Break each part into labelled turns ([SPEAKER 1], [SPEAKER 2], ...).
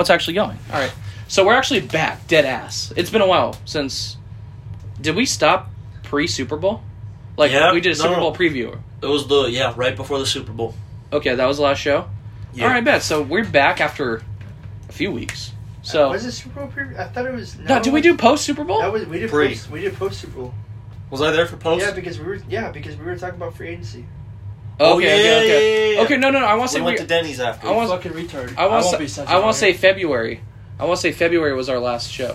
[SPEAKER 1] it's actually going. All right. So we're actually back, dead ass. It's been a while since. Did we stop pre Super Bowl? Like
[SPEAKER 2] Yeah,
[SPEAKER 1] we did a
[SPEAKER 2] no,
[SPEAKER 1] Super
[SPEAKER 2] no.
[SPEAKER 1] Bowl preview.
[SPEAKER 2] It was the yeah right before the Super Bowl.
[SPEAKER 1] Okay, that was the last show.
[SPEAKER 2] Yeah.
[SPEAKER 1] All right, bet. So we're back after a few weeks. So
[SPEAKER 3] was it Super Bowl preview? I thought it was.
[SPEAKER 1] no, did we do post Super Bowl?
[SPEAKER 3] That was we did
[SPEAKER 2] Pre.
[SPEAKER 3] post. We did post Super Bowl.
[SPEAKER 2] Was I there for post?
[SPEAKER 3] Yeah, because we were yeah because we were talking about free agency.
[SPEAKER 2] Oh,
[SPEAKER 1] okay,
[SPEAKER 2] yeah,
[SPEAKER 1] okay, okay.
[SPEAKER 2] yeah, yeah, yeah.
[SPEAKER 1] Okay, no, no, no. I want to
[SPEAKER 2] we
[SPEAKER 1] say
[SPEAKER 2] went
[SPEAKER 1] we-
[SPEAKER 2] to Denny's after.
[SPEAKER 1] I want-
[SPEAKER 4] fucking retard.
[SPEAKER 1] I
[SPEAKER 4] won't
[SPEAKER 1] want
[SPEAKER 4] be
[SPEAKER 1] to.
[SPEAKER 4] such
[SPEAKER 1] I
[SPEAKER 4] a
[SPEAKER 1] want to say
[SPEAKER 4] nerd.
[SPEAKER 1] February. I want to say February was our last show.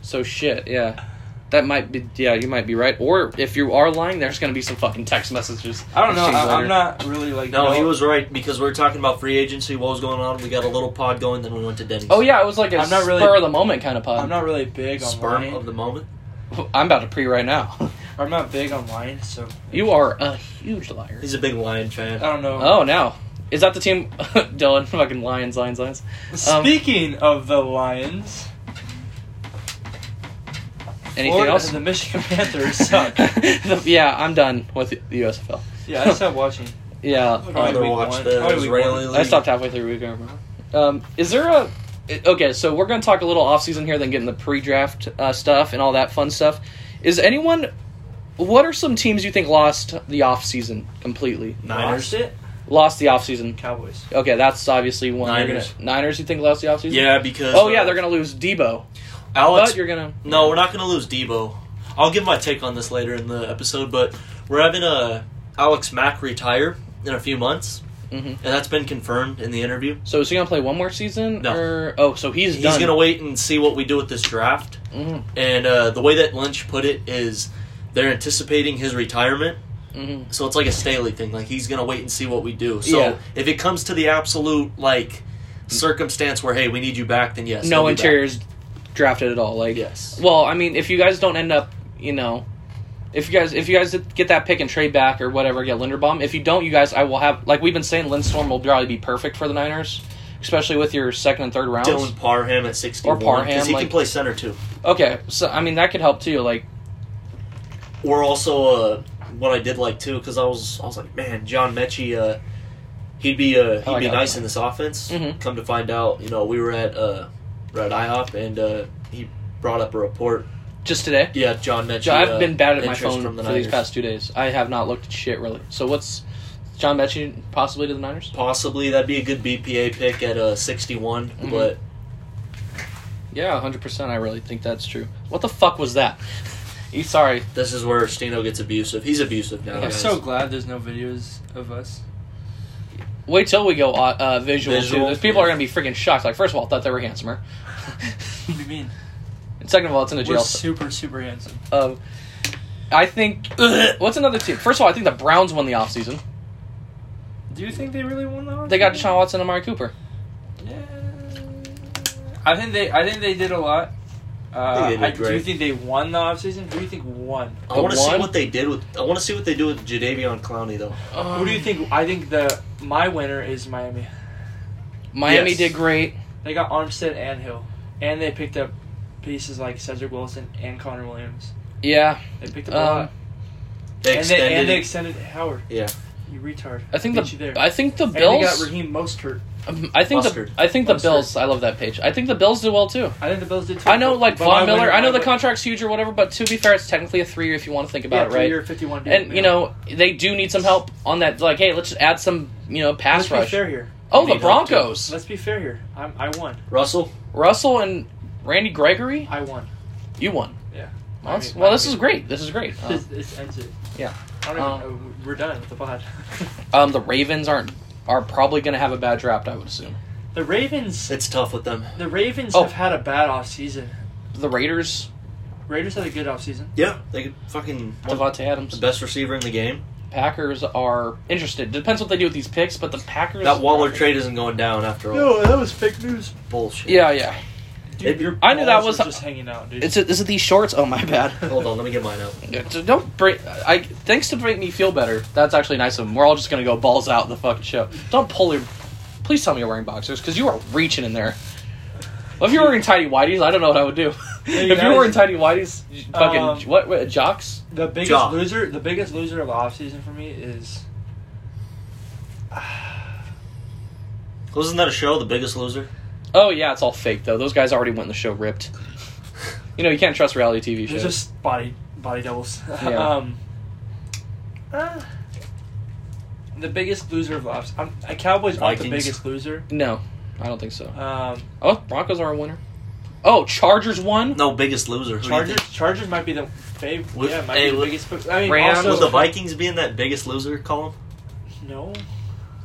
[SPEAKER 1] So shit, yeah. That might be. Yeah, you might be right. Or if you are lying, there's gonna be some fucking text messages.
[SPEAKER 4] I don't know.
[SPEAKER 1] exchanged
[SPEAKER 4] I,
[SPEAKER 1] later.
[SPEAKER 4] I'm not really like.
[SPEAKER 2] no,
[SPEAKER 4] you
[SPEAKER 2] he
[SPEAKER 4] know,
[SPEAKER 2] was right because we were talking about free agency, what was going on. We got a little pod going, then we went to Denny's.
[SPEAKER 1] Oh yeah, it was like a
[SPEAKER 4] I'm not really-
[SPEAKER 1] spur of the moment kind of pod.
[SPEAKER 4] I'm not really big on
[SPEAKER 2] Sperm
[SPEAKER 4] wine.
[SPEAKER 2] of the moment.
[SPEAKER 1] I'm about to pre right now.
[SPEAKER 4] I'm not big on wine, so
[SPEAKER 1] you are a huge liar.
[SPEAKER 2] He's a big lion
[SPEAKER 4] I
[SPEAKER 2] fan.
[SPEAKER 4] don't know.
[SPEAKER 1] Oh, now is that the team? Dylan, fucking lions, lions, lions. um,
[SPEAKER 4] Speaking of the Lions,
[SPEAKER 1] Anything
[SPEAKER 4] Florida
[SPEAKER 1] else?
[SPEAKER 4] and the Michigan Panthers suck.
[SPEAKER 1] The- yeah, I'm done with the USFL.
[SPEAKER 4] yeah, I stopped watching.
[SPEAKER 1] Yeah, Um, Oh,
[SPEAKER 4] Probably
[SPEAKER 2] Either
[SPEAKER 4] week
[SPEAKER 2] watch
[SPEAKER 4] one.
[SPEAKER 2] the
[SPEAKER 4] Probably week
[SPEAKER 2] Israeli
[SPEAKER 4] one.
[SPEAKER 2] league.
[SPEAKER 1] I stopped halfway through. We can Um, is there a i- okay? So we're gonna talk a little off season here, then get in the pre-draft uh, stuff and all that fun stuff. Is anyone? What are some teams you think lost the off season completely?
[SPEAKER 2] Niners.
[SPEAKER 4] Watched it.
[SPEAKER 1] Lost the off season.
[SPEAKER 4] Cowboys.
[SPEAKER 1] Okay, that's obviously one. you're
[SPEAKER 2] Niners.
[SPEAKER 1] Gonna, Niners. You think lost the off season?
[SPEAKER 2] Yeah, because
[SPEAKER 1] Oh yeah,
[SPEAKER 2] uh,
[SPEAKER 1] they're gonna lose Debo.
[SPEAKER 2] Alex
[SPEAKER 1] But you're gonna.
[SPEAKER 2] No, we're not going to lose Debo. I'll give my take on this later in the episode, but we're having uh, Alex Mack retire in a few months,
[SPEAKER 1] Mhm.
[SPEAKER 2] and that's been confirmed in the interview.
[SPEAKER 1] So is he gonna play one more season?
[SPEAKER 2] No.
[SPEAKER 1] Or, oh, so he's,
[SPEAKER 2] He's,
[SPEAKER 1] done.
[SPEAKER 2] going to wait and see what we do with this draft.
[SPEAKER 1] Mhm.
[SPEAKER 2] And uh, the way that Lynch put it is they're anticipating his retirement,
[SPEAKER 1] Mhm.
[SPEAKER 2] so it's like a Staley thing. Like, he's going to wait and see what we do. So
[SPEAKER 1] Yeah.
[SPEAKER 2] if it comes to the absolute, like, circumstance where, hey, we need you back, then yes.
[SPEAKER 1] no
[SPEAKER 2] he'll be back.
[SPEAKER 1] interiors drafted at all. Like,
[SPEAKER 2] Yes.
[SPEAKER 1] well, I mean, if you guys don't end up, you know, if you guys if you guys get that pick and trade back or whatever, get Linderbaum. If you don't, you guys, I will have like we've been saying, Lindstorm will probably be perfect for the Niners, especially with your second and third rounds.
[SPEAKER 2] Dylan Parham at 61.
[SPEAKER 1] Parham,
[SPEAKER 2] Because he
[SPEAKER 1] like-
[SPEAKER 2] can play center, too.
[SPEAKER 1] Okay, so I mean that could help too. Like,
[SPEAKER 2] Or also uh, what I did like too, because I was I was like, man, John Mechie, uh, he'd be uh, he'd
[SPEAKER 1] I
[SPEAKER 2] be
[SPEAKER 1] got
[SPEAKER 2] nice
[SPEAKER 1] that.
[SPEAKER 2] in this offense.
[SPEAKER 1] Mhm.
[SPEAKER 2] Come to find out, you know, we were at uh, we were at IHOP and uh, he brought up a report.
[SPEAKER 1] just today,
[SPEAKER 2] Yeah, John Mechie.
[SPEAKER 1] I've
[SPEAKER 2] uh,
[SPEAKER 1] been bad at my
[SPEAKER 2] interest
[SPEAKER 1] phone
[SPEAKER 2] from the
[SPEAKER 1] for these
[SPEAKER 2] Niners.
[SPEAKER 1] past two days. I have not looked at shit really. So what's John Mechie possibly to the Niners?
[SPEAKER 2] Possibly that'd be a good BPA pick at uh, 61,
[SPEAKER 1] Mhm.
[SPEAKER 2] but
[SPEAKER 1] Yeah, hundred percent. I really think that's true. What the fuck was that? You sorry?
[SPEAKER 2] this is where Stino gets abusive. He's abusive
[SPEAKER 1] Oh,
[SPEAKER 2] now.
[SPEAKER 4] I'm
[SPEAKER 2] guys.
[SPEAKER 4] so glad there's no videos of us.
[SPEAKER 1] Wait till we go uh, uh, visual,
[SPEAKER 2] Visual,
[SPEAKER 1] too. Those people are
[SPEAKER 2] yeah.
[SPEAKER 1] gonna be freaking shocked. Like, first of all, I thought they were handsomer.
[SPEAKER 4] What do you mean?
[SPEAKER 1] and second of all, it's in a
[SPEAKER 4] We're
[SPEAKER 1] jail. cell.
[SPEAKER 4] super, super handsome.
[SPEAKER 1] um, I think. what's another team? First of all, I think the Browns won the offseason.
[SPEAKER 4] Do you think they really won though?
[SPEAKER 1] They got Deshaun Watson and Amari Cooper.
[SPEAKER 4] Yeah. I think they. I think they did a lot.
[SPEAKER 2] I
[SPEAKER 4] Uh,
[SPEAKER 2] think they did
[SPEAKER 4] I, do you
[SPEAKER 2] great.
[SPEAKER 4] think they won the offseason? Who do you think won?
[SPEAKER 2] I want to see
[SPEAKER 1] One?
[SPEAKER 2] what they did with. I want to see what they do with Jadavion Clowney though.
[SPEAKER 4] Who do you think? I think the my winner is Miami.
[SPEAKER 1] Miami
[SPEAKER 2] Yes.
[SPEAKER 1] did great.
[SPEAKER 4] They got Armstead and Hill, and they picked up pieces like Cedric Wilson and Connor Williams.
[SPEAKER 1] Yeah,
[SPEAKER 4] They picked up a
[SPEAKER 1] um,
[SPEAKER 4] lot,
[SPEAKER 2] They
[SPEAKER 4] and they, and they
[SPEAKER 2] extended.
[SPEAKER 4] extended Howard.
[SPEAKER 2] Yeah.
[SPEAKER 4] You retard!
[SPEAKER 1] I think
[SPEAKER 4] Get you
[SPEAKER 1] the
[SPEAKER 4] there.
[SPEAKER 1] I think the
[SPEAKER 4] and they got
[SPEAKER 1] Bills.
[SPEAKER 4] Raheem Mostert.
[SPEAKER 1] um, I think the
[SPEAKER 2] Mustard.
[SPEAKER 1] I think the
[SPEAKER 4] Mustard.
[SPEAKER 1] Bills. I love that page. I think the Bills did well too.
[SPEAKER 4] I think the Bills did too.
[SPEAKER 1] I know like
[SPEAKER 4] But
[SPEAKER 1] Von
[SPEAKER 4] my
[SPEAKER 1] Miller.
[SPEAKER 4] winner-
[SPEAKER 1] I know
[SPEAKER 4] my
[SPEAKER 1] the
[SPEAKER 4] win-
[SPEAKER 1] contract's huge or whatever, but to be fair, it's technically a three year if you want to think about
[SPEAKER 4] yeah,
[SPEAKER 1] it, right?
[SPEAKER 4] Year fifty-one. dude,
[SPEAKER 1] And
[SPEAKER 4] yeah.
[SPEAKER 1] you know they do need some help on that. Like, hey, let's just add some you know pass
[SPEAKER 4] let's
[SPEAKER 1] rush.
[SPEAKER 4] be fair here.
[SPEAKER 1] Oh,
[SPEAKER 2] They
[SPEAKER 1] the
[SPEAKER 2] need help, too.
[SPEAKER 1] Broncos.
[SPEAKER 4] Let's be fair here. I'm, I won.
[SPEAKER 2] Russell.
[SPEAKER 1] Russell and Randy Gregory.
[SPEAKER 4] I won.
[SPEAKER 1] You won.
[SPEAKER 4] Yeah.
[SPEAKER 1] Well, that's-
[SPEAKER 4] Miami-
[SPEAKER 1] well, this is
[SPEAKER 4] Miami.
[SPEAKER 1] great. This is great. Uh,
[SPEAKER 4] This, this ends it.
[SPEAKER 1] yeah.
[SPEAKER 4] I don't
[SPEAKER 1] Um,
[SPEAKER 4] even know. We're done with the pod.
[SPEAKER 1] um, the Ravens aren't are probably going to have a bad draft, I would assume.
[SPEAKER 4] the Ravens.
[SPEAKER 2] It's tough with them.
[SPEAKER 4] The Ravens
[SPEAKER 1] Oh.
[SPEAKER 4] have had a bad offseason.
[SPEAKER 1] The Raiders,
[SPEAKER 4] Raiders had a good offseason.
[SPEAKER 2] Yeah, they could fucking one of
[SPEAKER 1] Devontae
[SPEAKER 2] the
[SPEAKER 1] Adams,
[SPEAKER 2] best receiver in the game.
[SPEAKER 1] Packers are interested. Depends what they do with these picks, but the Packers.
[SPEAKER 2] That Waller trade isn't going down after all.
[SPEAKER 4] that was fake news.
[SPEAKER 2] Bullshit.
[SPEAKER 1] Yeah, yeah.
[SPEAKER 2] Dude,
[SPEAKER 4] your
[SPEAKER 1] I knew that
[SPEAKER 4] balls
[SPEAKER 1] was-
[SPEAKER 4] are just hanging out, dude.
[SPEAKER 1] It's is it these shorts? Oh my bad.
[SPEAKER 2] Hold on, let me get mine out.
[SPEAKER 1] Don't break. I thanks to make me feel better. That's actually nice of them. We're all just gonna go balls out the fucking show. Don't pull your. Please tell me you're wearing boxers because you are reaching in there. Well, if you were wearing tidy whities, I don't know what I would do.
[SPEAKER 4] Hey,
[SPEAKER 1] if you were
[SPEAKER 4] guys.
[SPEAKER 1] wearing tidy whities, fucking
[SPEAKER 4] Um,
[SPEAKER 1] what, what jocks?
[SPEAKER 4] the biggest
[SPEAKER 2] Jaw.
[SPEAKER 4] loser. The biggest loser of the offseason for me is
[SPEAKER 2] Wasn't that a show, The Biggest Loser?
[SPEAKER 1] Oh yeah, it's all fake though. Those guys already went in the show ripped. You know you can't trust reality TV
[SPEAKER 4] They're
[SPEAKER 1] shows.
[SPEAKER 4] just body body doubles.
[SPEAKER 1] Yeah.
[SPEAKER 4] um, uh, the biggest loser of ops. I'm, uh, Cowboys aren't the
[SPEAKER 2] Vikings.
[SPEAKER 4] biggest loser.
[SPEAKER 1] No, I don't think so.
[SPEAKER 4] Um,
[SPEAKER 1] Oh, Broncos are a winner. Oh, Chargers won.
[SPEAKER 2] No, biggest loser. Who do you
[SPEAKER 4] Chargers.
[SPEAKER 2] think?
[SPEAKER 4] Chargers might be the favorite.
[SPEAKER 2] With-
[SPEAKER 4] Yeah, might
[SPEAKER 2] hey,
[SPEAKER 4] be the
[SPEAKER 2] with-
[SPEAKER 4] biggest. I mean,
[SPEAKER 1] Rams
[SPEAKER 4] also
[SPEAKER 2] Would the Vikings be in that biggest loser column?
[SPEAKER 4] No,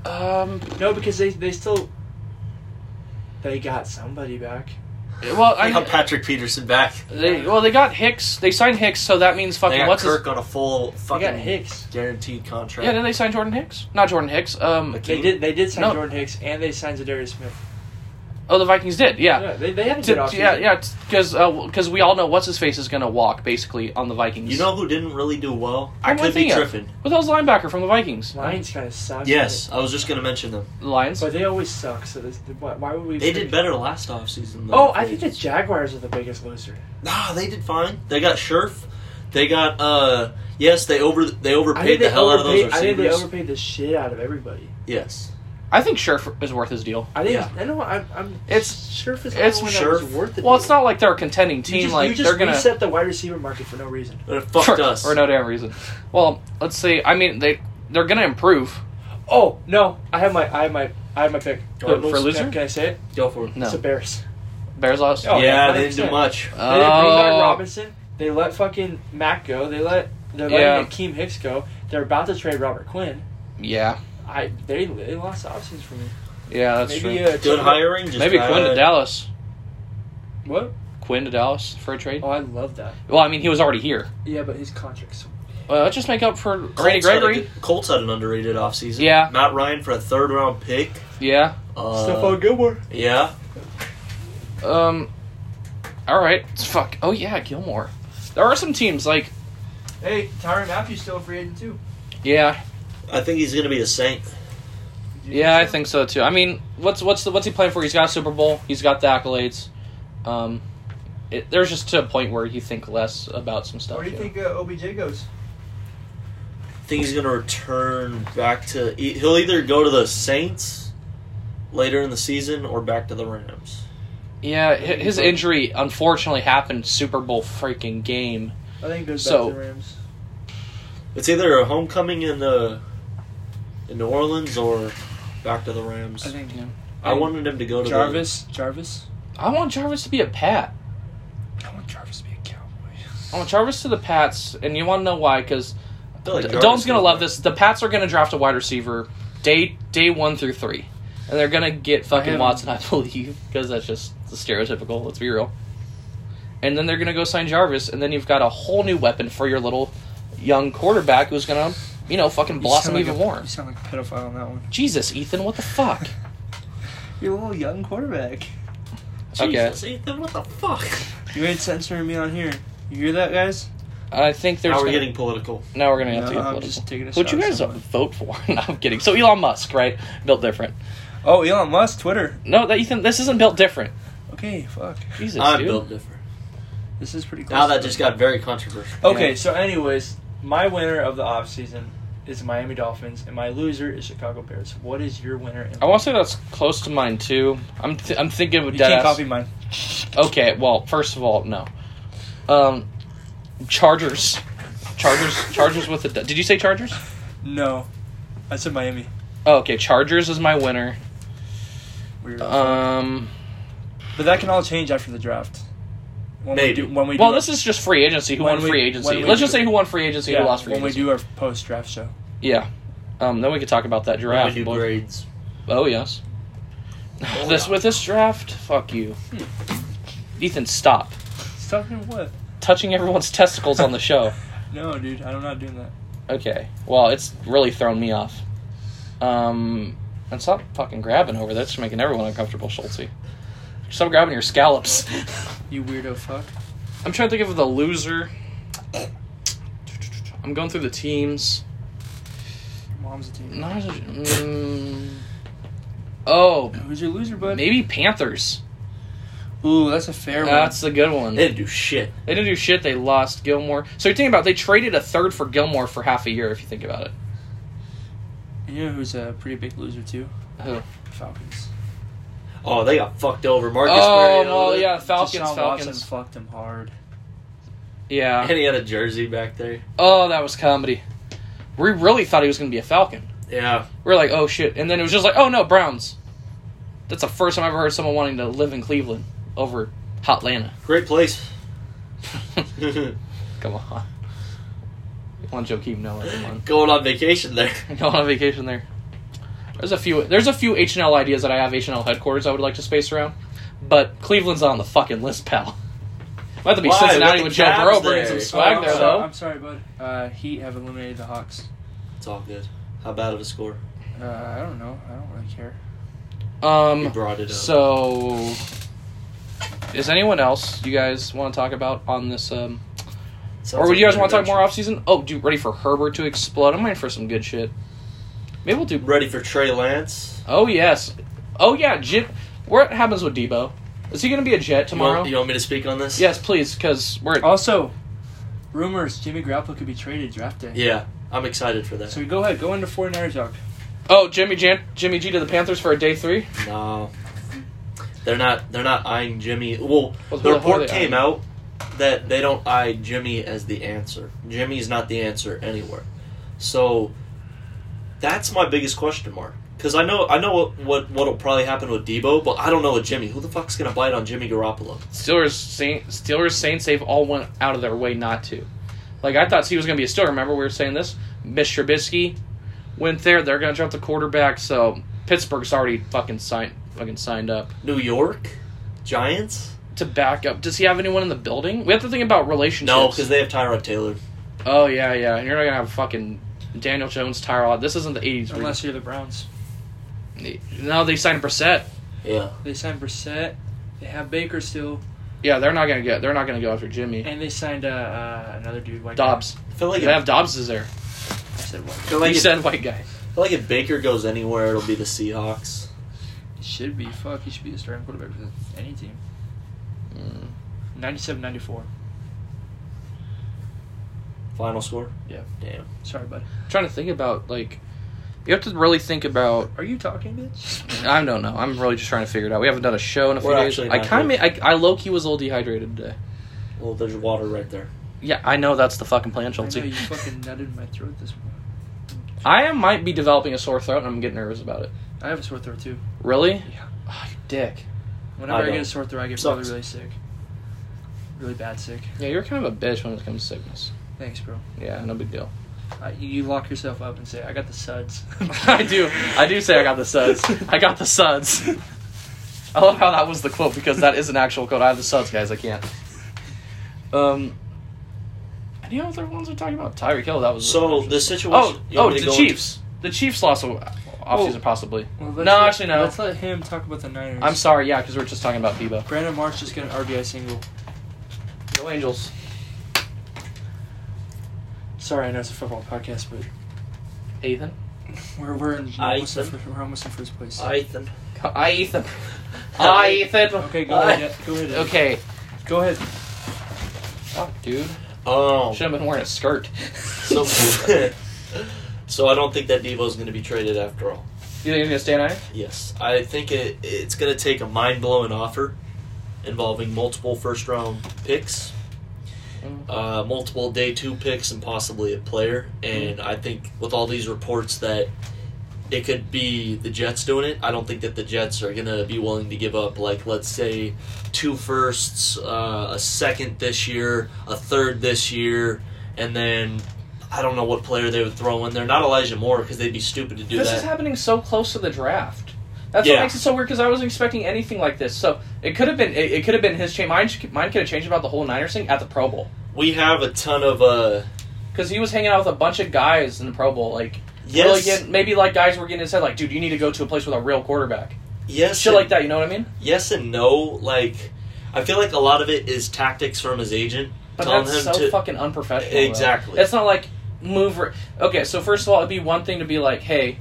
[SPEAKER 1] Um,
[SPEAKER 4] no, because they they still they got somebody back.
[SPEAKER 1] well,
[SPEAKER 2] I got
[SPEAKER 1] Oh, I,
[SPEAKER 2] Patrick Peterson back.
[SPEAKER 1] they well they got Hicks. They signed Hicks, so that means
[SPEAKER 2] They
[SPEAKER 1] fucking
[SPEAKER 2] got
[SPEAKER 1] what's his,
[SPEAKER 2] Kirk on a full
[SPEAKER 4] They
[SPEAKER 2] fucking
[SPEAKER 4] got Hicks.
[SPEAKER 2] guaranteed contract.
[SPEAKER 1] yeah? Did they sign Jordan Hicks? Not Jordan Hicks. Um,
[SPEAKER 2] Mm-hmm.
[SPEAKER 4] They did. They did sign
[SPEAKER 1] No.
[SPEAKER 4] Jordan Hicks, and they signed Zadarius Smith.
[SPEAKER 1] oh the Vikings did. Yeah.
[SPEAKER 4] Yeah, they, they had a
[SPEAKER 1] T-
[SPEAKER 4] good
[SPEAKER 1] t-
[SPEAKER 4] offseason.
[SPEAKER 1] yeah, yeah, because because we all know what's his face is going to walk basically on the Vikings.
[SPEAKER 2] You know who didn't really do well? I
[SPEAKER 1] I'm
[SPEAKER 2] could be
[SPEAKER 1] thinking of-
[SPEAKER 2] Griffin.
[SPEAKER 1] What the hell's the linebacker from the Vikings?
[SPEAKER 4] Lions kind of suck.
[SPEAKER 2] Yes, I was just gonna mention them.
[SPEAKER 1] The Lions.
[SPEAKER 4] but they always suck. So this, why, why would we?
[SPEAKER 2] They did better last offseason. though.
[SPEAKER 4] Oh, I think the Jaguars are the biggest loser.
[SPEAKER 2] Nah, they did fine. They got Scherf. They got uh. Yes, they over they
[SPEAKER 4] I
[SPEAKER 2] overpaid
[SPEAKER 4] think
[SPEAKER 2] the
[SPEAKER 4] they
[SPEAKER 2] hell out of those receivers.
[SPEAKER 4] overpaid. I think they overpaid the shit out of everybody.
[SPEAKER 2] yes,
[SPEAKER 1] I think Scherf is worth his deal.
[SPEAKER 4] I think
[SPEAKER 2] Yeah.
[SPEAKER 4] I know. I'm. I'm
[SPEAKER 1] It's-
[SPEAKER 4] Scherf is
[SPEAKER 1] it's
[SPEAKER 4] the one that
[SPEAKER 2] Scherf.
[SPEAKER 4] was worth it.
[SPEAKER 1] Well, it's not like they're a contending
[SPEAKER 4] you
[SPEAKER 1] team.
[SPEAKER 4] just,
[SPEAKER 1] like
[SPEAKER 4] you just
[SPEAKER 1] they're going
[SPEAKER 4] reset the wide receiver market for no reason.
[SPEAKER 2] but it fucked
[SPEAKER 1] Sure,
[SPEAKER 2] us.
[SPEAKER 1] or no damn reason. Well, let's see. I mean, they they're gonna improve.
[SPEAKER 4] Oh no! I have my. I have my. I have my pick.
[SPEAKER 2] Oh,
[SPEAKER 1] Cardinals?
[SPEAKER 4] Can-
[SPEAKER 1] loser?
[SPEAKER 4] Can, I say it?
[SPEAKER 2] Go for it.
[SPEAKER 1] No,
[SPEAKER 4] It's the Bears.
[SPEAKER 1] Bears lost.
[SPEAKER 4] Oh,
[SPEAKER 2] yeah,
[SPEAKER 4] yeah,
[SPEAKER 2] they didn't do
[SPEAKER 4] 100%.
[SPEAKER 2] much.
[SPEAKER 4] They didn't bring back
[SPEAKER 1] Oh.
[SPEAKER 4] Robinson. They let fucking Mac go. They let. They're
[SPEAKER 1] Yeah.
[SPEAKER 4] letting Akeem Hicks go. They're about to trade Robert Quinn.
[SPEAKER 1] yeah,
[SPEAKER 4] I they they lost options for me.
[SPEAKER 1] yeah, that's
[SPEAKER 4] Maybe
[SPEAKER 1] true.
[SPEAKER 4] uh,
[SPEAKER 2] Good
[SPEAKER 4] Chuba-
[SPEAKER 2] hiring. Just
[SPEAKER 1] Maybe
[SPEAKER 2] bad.
[SPEAKER 1] Quinn to Dallas.
[SPEAKER 4] What?
[SPEAKER 1] Quinn to Dallas for a trade.
[SPEAKER 4] Oh, I love that.
[SPEAKER 1] Well, I mean, he was already here.
[SPEAKER 4] Yeah, but his contract's
[SPEAKER 1] Well, let's just make up for
[SPEAKER 2] Colts
[SPEAKER 1] Randy
[SPEAKER 2] had a
[SPEAKER 1] Gregory.
[SPEAKER 2] good- Colts had an underrated offseason.
[SPEAKER 1] Yeah.
[SPEAKER 2] Matt Ryan for a third round pick.
[SPEAKER 1] Yeah.
[SPEAKER 2] Uh,
[SPEAKER 4] Stephon Gilmore.
[SPEAKER 2] Yeah.
[SPEAKER 1] Um. All right. Fuck. Oh yeah, Gilmore. There are some teams like
[SPEAKER 3] Hey, Tyron Matthew's still a free agent too.
[SPEAKER 1] yeah,
[SPEAKER 2] I think he's gonna be a Saint.
[SPEAKER 1] yeah. I think so too. I mean, what's what's the, what's he playing for? He's got a Super Bowl. He's got the accolades. Um, it, there's just to a point where you think less about some stuff.
[SPEAKER 3] Where do you
[SPEAKER 1] know?
[SPEAKER 3] think uh, OBJ goes?
[SPEAKER 2] I think he's gonna return back to. he- He'll either go to the Saints later in the season or back to the Rams.
[SPEAKER 1] Yeah, hi- his injury unfortunately happened Super Bowl freaking game.
[SPEAKER 4] I think there's
[SPEAKER 1] So-
[SPEAKER 4] so, the Rams.
[SPEAKER 2] It's either a homecoming in the in New Orleans or back to the Rams. I,
[SPEAKER 4] think
[SPEAKER 2] wanted him to go to
[SPEAKER 4] Jarvis. Jarvis.
[SPEAKER 1] I want Jarvis to be a Pat.
[SPEAKER 4] I want Jarvis to be a
[SPEAKER 1] I
[SPEAKER 4] Cowboy.
[SPEAKER 1] want Jarvis to the Pats, and you want to know why? Because
[SPEAKER 2] I feel like Jarvis
[SPEAKER 1] Dome's gonna
[SPEAKER 2] goes
[SPEAKER 1] love
[SPEAKER 2] back.
[SPEAKER 1] this. The Pats are gonna draft a wide receiver day day one through three, and they're gonna get fucking
[SPEAKER 4] haven't-
[SPEAKER 1] Watson, I believe, because that's just the stereotypical. Let's be real. And then they're gonna go sign Jarvis, and then you've got a whole new weapon for your little young quarterback who's gonna, you know, fucking blossom even more.
[SPEAKER 4] sound like a pedophile on that one.
[SPEAKER 1] Jesus, Ethan, what the fuck?
[SPEAKER 4] You're a little young quarterback.
[SPEAKER 2] Jesus, Ethan, what the fuck?
[SPEAKER 4] You ain't censoring me on here. You hear that, guys?
[SPEAKER 1] I think there's
[SPEAKER 2] now we're
[SPEAKER 1] gonna-
[SPEAKER 2] getting political.
[SPEAKER 1] Now we're gonna have to
[SPEAKER 4] No,
[SPEAKER 1] get
[SPEAKER 4] I'm
[SPEAKER 1] political.
[SPEAKER 4] just taking a
[SPEAKER 1] What
[SPEAKER 4] shot
[SPEAKER 1] you
[SPEAKER 4] at
[SPEAKER 1] guys
[SPEAKER 4] someone.
[SPEAKER 1] vote for? no, I'm kidding. So Elon Musk, right? Built different.
[SPEAKER 4] Oh, Elon Musk, Twitter.
[SPEAKER 1] No, that Ethan. This isn't built different.
[SPEAKER 4] Okay, fuck.
[SPEAKER 1] Jesus,
[SPEAKER 2] I'm
[SPEAKER 1] dude.
[SPEAKER 2] built different.
[SPEAKER 4] This is pretty cool.
[SPEAKER 2] Now that just got very controversial.
[SPEAKER 4] Okay,
[SPEAKER 1] Yeah.
[SPEAKER 4] so anyways, my winner of the off season is Miami Dolphins, and my loser is Chicago Bears. What is your winner? And
[SPEAKER 1] I want to say that's close to mine too. I'm th- I'm thinking of
[SPEAKER 4] you
[SPEAKER 1] dead
[SPEAKER 4] can't
[SPEAKER 1] ass.
[SPEAKER 4] copy mine.
[SPEAKER 1] Okay, well, first of all, no. Um, Chargers, Chargers, Chargers with the. Did you say Chargers?
[SPEAKER 4] No, I said Miami.
[SPEAKER 1] Oh, okay, Chargers is my winner.
[SPEAKER 4] Weird.
[SPEAKER 1] Um,
[SPEAKER 4] but that can all change after the draft. When
[SPEAKER 2] Maybe.
[SPEAKER 4] We do, when we
[SPEAKER 1] well,
[SPEAKER 4] do
[SPEAKER 1] this is just free agency. Who
[SPEAKER 4] When
[SPEAKER 1] won
[SPEAKER 4] we-
[SPEAKER 1] free
[SPEAKER 4] when
[SPEAKER 1] agency?
[SPEAKER 4] we
[SPEAKER 1] Let's
[SPEAKER 4] do-
[SPEAKER 1] just say who won free agency.
[SPEAKER 4] yeah,
[SPEAKER 1] who lost free
[SPEAKER 4] when we
[SPEAKER 1] agency?
[SPEAKER 4] do our post draft show.
[SPEAKER 1] Yeah. Um, then we could talk about that
[SPEAKER 2] Now
[SPEAKER 1] draft.
[SPEAKER 2] we do
[SPEAKER 1] boy.
[SPEAKER 2] grades.
[SPEAKER 1] Oh yes.
[SPEAKER 2] Oh,
[SPEAKER 1] this
[SPEAKER 2] yeah.
[SPEAKER 1] with this draft, fuck you.
[SPEAKER 4] Hmm.
[SPEAKER 1] Ethan, stop
[SPEAKER 4] Stuff in what?
[SPEAKER 1] touching everyone's testicles on the show.
[SPEAKER 4] No, dude, I'm not doing that.
[SPEAKER 1] Okay. Well, it's really thrown me off. Um, and stop fucking grabbing over. That's just making everyone uncomfortable, Schultzy. Stop grabbing your scallops.
[SPEAKER 4] You weirdo fuck.
[SPEAKER 1] I'm trying to think of the loser. I'm going through the teams.
[SPEAKER 4] Mom's a team.
[SPEAKER 1] Not. Mm, oh,
[SPEAKER 4] Who's your loser, bud?
[SPEAKER 1] maybe Panthers.
[SPEAKER 4] Ooh, that's a fair one.
[SPEAKER 1] That's a good one.
[SPEAKER 2] They didn't do shit.
[SPEAKER 1] They didn't do shit. They lost Gilmore. So you're thinking about they traded a third for Gilmore for half a year. If you think about it,
[SPEAKER 4] You know who's a pretty big loser too?
[SPEAKER 1] Who?
[SPEAKER 4] Falcons.
[SPEAKER 2] Oh, they got fucked over. Marcus uh,
[SPEAKER 1] Oh,
[SPEAKER 2] Mariota.
[SPEAKER 1] well, yeah, Falcons,
[SPEAKER 4] Deshaun
[SPEAKER 1] Falcons.
[SPEAKER 4] Watson fucked him hard.
[SPEAKER 1] Yeah.
[SPEAKER 2] And he had a jersey back there.
[SPEAKER 1] Oh, that was comedy. We really thought he was going to be a Falcon.
[SPEAKER 2] Yeah.
[SPEAKER 1] We were like, oh shit. And then it was just like, oh no, Browns. That's the first time I've ever heard someone wanting to live in Cleveland over Hotlanta.
[SPEAKER 2] Great place.
[SPEAKER 1] Come on. I want Joakim Noah. Come on.
[SPEAKER 2] Going on vacation there.
[SPEAKER 1] Going on vacation there. There's a few. There's a few H and L ideas that I have H and L headquarters I would like to space around, but Cleveland's on the fucking list, pal. Might have to be
[SPEAKER 2] Why? With
[SPEAKER 1] Cincinnati
[SPEAKER 2] the
[SPEAKER 1] with Joe
[SPEAKER 2] Cavs
[SPEAKER 1] Burrow bringing
[SPEAKER 2] there.
[SPEAKER 1] some
[SPEAKER 2] Oh,
[SPEAKER 1] swag
[SPEAKER 4] I'm,
[SPEAKER 1] there,
[SPEAKER 4] sorry,
[SPEAKER 1] though.
[SPEAKER 4] I'm sorry, bud. Uh, Heat have eliminated the Hawks.
[SPEAKER 2] It's all good. How bad of a score?
[SPEAKER 4] Uh, I don't know. I don't really care.
[SPEAKER 2] You
[SPEAKER 1] Um,
[SPEAKER 2] brought it up.
[SPEAKER 1] so is anyone else you guys want to talk about on this? Um,
[SPEAKER 2] Sounds
[SPEAKER 1] or would
[SPEAKER 2] like
[SPEAKER 1] you guys want to talk
[SPEAKER 2] intervention.
[SPEAKER 1] more off season? Oh, dude, ready for Herbert to explode? I'm ready for some good shit. Maybe we'll do.
[SPEAKER 2] Ready for Trey Lance
[SPEAKER 1] Oh yes. Oh yeah, Jim. What happens with Debo? Is he gonna be a Jet
[SPEAKER 2] You
[SPEAKER 1] tomorrow?
[SPEAKER 2] want, you want me to speak on this?
[SPEAKER 1] Yes, please, because we're.
[SPEAKER 4] Also, rumors Jimmy Grapple could be traded draft day.
[SPEAKER 2] Yeah. I'm excited for that.
[SPEAKER 4] So go ahead, go into 49ers talk.
[SPEAKER 1] Oh, Jimmy Jan- Jimmy G to the Panthers for a day three.
[SPEAKER 2] No. They're not. They're not eyeing Jimmy. Well,
[SPEAKER 1] Well, who
[SPEAKER 2] the
[SPEAKER 1] the hell are
[SPEAKER 2] report
[SPEAKER 1] they eyeing?
[SPEAKER 2] came out that they don't eye Jimmy as the answer. Jimmy's not the answer anywhere. So that's my biggest question mark. Because I know I know what, what what'll probably happen with Debo, but I don't know with Jimmy. Who the fuck's gonna bite on Jimmy Garoppolo?
[SPEAKER 1] Steelers, Saint, Steelers, Saints, they've all went out of their way not to. Like I thought he was gonna be a Steeler. Remember we were saying this. Mitch Trubisky went there. They're gonna drop the quarterback. So Pittsburgh's already fucking signed, fucking signed up
[SPEAKER 2] New York Giants?
[SPEAKER 1] to back up. Does he have anyone in the building? We have to think about relationships.
[SPEAKER 2] No, because they have Tyrod Taylor.
[SPEAKER 1] oh yeah, yeah. And you're not gonna have fucking Daniel Jones, Tyrod. This isn't the '80s. where
[SPEAKER 4] Unless you're the Browns.
[SPEAKER 1] you- no, they signed Brissett.
[SPEAKER 2] Yeah,
[SPEAKER 4] They signed Brissett. They have Baker still,
[SPEAKER 1] Yeah, they're not gonna get. They're not gonna go after Jimmy.
[SPEAKER 4] and they signed uh, uh, another dude. White guy.
[SPEAKER 1] Dobbs.
[SPEAKER 2] I feel like
[SPEAKER 1] They
[SPEAKER 2] if,
[SPEAKER 1] have Dobbs is there.
[SPEAKER 4] I said white.
[SPEAKER 2] I
[SPEAKER 4] guy.
[SPEAKER 2] feel like,
[SPEAKER 1] he
[SPEAKER 2] if,
[SPEAKER 1] said white guy.
[SPEAKER 2] I feel like if Baker goes anywhere, it'll be the Seahawks.
[SPEAKER 4] He should be. Fuck, he should be the starting quarterback for any team.
[SPEAKER 1] Mm.
[SPEAKER 4] 97-94.
[SPEAKER 2] Final score.
[SPEAKER 4] Yeah.
[SPEAKER 2] Damn.
[SPEAKER 4] Sorry, bud.
[SPEAKER 1] trying to think about like you have to really think about
[SPEAKER 4] Are you talking, bitch?
[SPEAKER 1] I don't know. I'm really just trying to figure it out. We haven't done a show in a few
[SPEAKER 2] We're
[SPEAKER 1] days.
[SPEAKER 2] actually
[SPEAKER 1] I
[SPEAKER 2] not
[SPEAKER 1] kind of I, I low key was a little dehydrated today.
[SPEAKER 2] Well, there's water right there.
[SPEAKER 1] Yeah, I know that's the fucking plan,
[SPEAKER 4] I know
[SPEAKER 1] Schultz.
[SPEAKER 4] you fucking nutted in my throat this morning.
[SPEAKER 1] I am, might be developing a sore throat, and I'm getting nervous about it.
[SPEAKER 4] I have a sore throat too.
[SPEAKER 1] Really?
[SPEAKER 4] Yeah.
[SPEAKER 1] Oh, you dick.
[SPEAKER 4] Whenever
[SPEAKER 2] I
[SPEAKER 4] I,
[SPEAKER 2] don't.
[SPEAKER 4] get a sore throat, I get
[SPEAKER 2] Sucks.
[SPEAKER 4] really, really sick. Really bad sick.
[SPEAKER 1] Yeah, you're kind of a bitch when it comes to sickness.
[SPEAKER 4] Thanks, bro.
[SPEAKER 1] Yeah, no big deal.
[SPEAKER 4] I, you- you lock yourself up and say, "I got the suds."
[SPEAKER 1] I do. I do say I got the suds. I got the suds. I love how that was the quote because that is an actual quote. I have the suds, guys. I can't. Um. Any other ones we're talking about? Tyreek Hill. That was
[SPEAKER 2] So the situation.
[SPEAKER 1] Oh,
[SPEAKER 2] you
[SPEAKER 1] oh,
[SPEAKER 2] want me to
[SPEAKER 1] the
[SPEAKER 2] go-
[SPEAKER 1] Chiefs. The Chiefs lost o- offseason
[SPEAKER 4] Oh.
[SPEAKER 1] possibly.
[SPEAKER 4] Well,
[SPEAKER 1] no,
[SPEAKER 4] let's let-
[SPEAKER 1] actually no.
[SPEAKER 4] Let's let him talk about the Niners.
[SPEAKER 1] I'm sorry. Yeah, because we're just talking about Debo.
[SPEAKER 4] Brandon Marsh just got an RBI single.
[SPEAKER 1] No Angels.
[SPEAKER 4] Sorry, I know it's a football podcast, but
[SPEAKER 1] Ethan.
[SPEAKER 4] we're we're in we're
[SPEAKER 2] I
[SPEAKER 4] almost, in,
[SPEAKER 2] said-
[SPEAKER 4] fir- we're almost in first place.
[SPEAKER 2] Ethan.
[SPEAKER 1] I Ethan. I Ethan.
[SPEAKER 4] okay, go
[SPEAKER 2] I-
[SPEAKER 4] ahead. Go ahead.
[SPEAKER 1] Okay.
[SPEAKER 4] Go ahead.
[SPEAKER 1] Fuck, dude.
[SPEAKER 2] Oh.
[SPEAKER 1] Should have been wearing a skirt.
[SPEAKER 2] So, so I don't think that Debo's going to be traded after all.
[SPEAKER 1] you think he's gonna stay in Niners?
[SPEAKER 2] Yes, I think it, it's going to take a mind blowing offer involving multiple first round picks,
[SPEAKER 1] Mm.
[SPEAKER 2] uh, multiple day two picks, and possibly a player.
[SPEAKER 1] Mm.
[SPEAKER 2] And I think with all these reports that it could be the Jets doing it, I don't think that the Jets are going to be willing to give up, like, let's say, two firsts, uh, a second this year, a third this year, and then. I don't know what player they would throw in there. Not Elijah Moore because they'd be stupid to do
[SPEAKER 1] this
[SPEAKER 2] that.
[SPEAKER 1] is happening so close to the draft. That's
[SPEAKER 2] Yeah.
[SPEAKER 1] what makes it so weird because I wasn't expecting anything like this. So it could have been it, it could have been his change. Mine, sh- mine could have changed about the whole Niners thing at the Pro Bowl
[SPEAKER 2] We have a ton of uh
[SPEAKER 1] because he was hanging out with a bunch of guys in the Pro Bowl. Like
[SPEAKER 2] yes,
[SPEAKER 1] really getting, maybe like guys were getting his head like, dude, you need to go to a place with a real quarterback.
[SPEAKER 2] yes,
[SPEAKER 1] Shit
[SPEAKER 2] and,
[SPEAKER 1] like that. You know what I mean?
[SPEAKER 2] Yes and no. Like, I feel like a lot of it is tactics from his agent
[SPEAKER 1] But
[SPEAKER 2] telling
[SPEAKER 1] that's
[SPEAKER 2] him
[SPEAKER 1] so
[SPEAKER 2] to
[SPEAKER 1] fucking unprofessional. though.
[SPEAKER 2] exactly.
[SPEAKER 1] It's not like move. Re- okay, so first of all, it'd be one thing to be like, hey,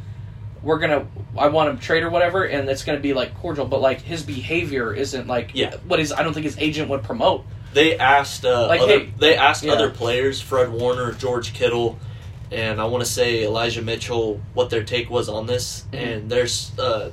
[SPEAKER 1] we're gonna, I want to trade or whatever, and it's gonna be like cordial, but like his behavior isn't like
[SPEAKER 2] Yeah.
[SPEAKER 1] what is. I don't think his agent would promote.
[SPEAKER 2] they asked uh,
[SPEAKER 1] Like,
[SPEAKER 2] other,
[SPEAKER 1] hey-
[SPEAKER 2] they asked
[SPEAKER 1] yeah.
[SPEAKER 2] other players, Fred Warner, George Kittle, and I want to say Elijah Mitchell, what their take was on this,
[SPEAKER 1] Mhm.
[SPEAKER 2] and there's uh,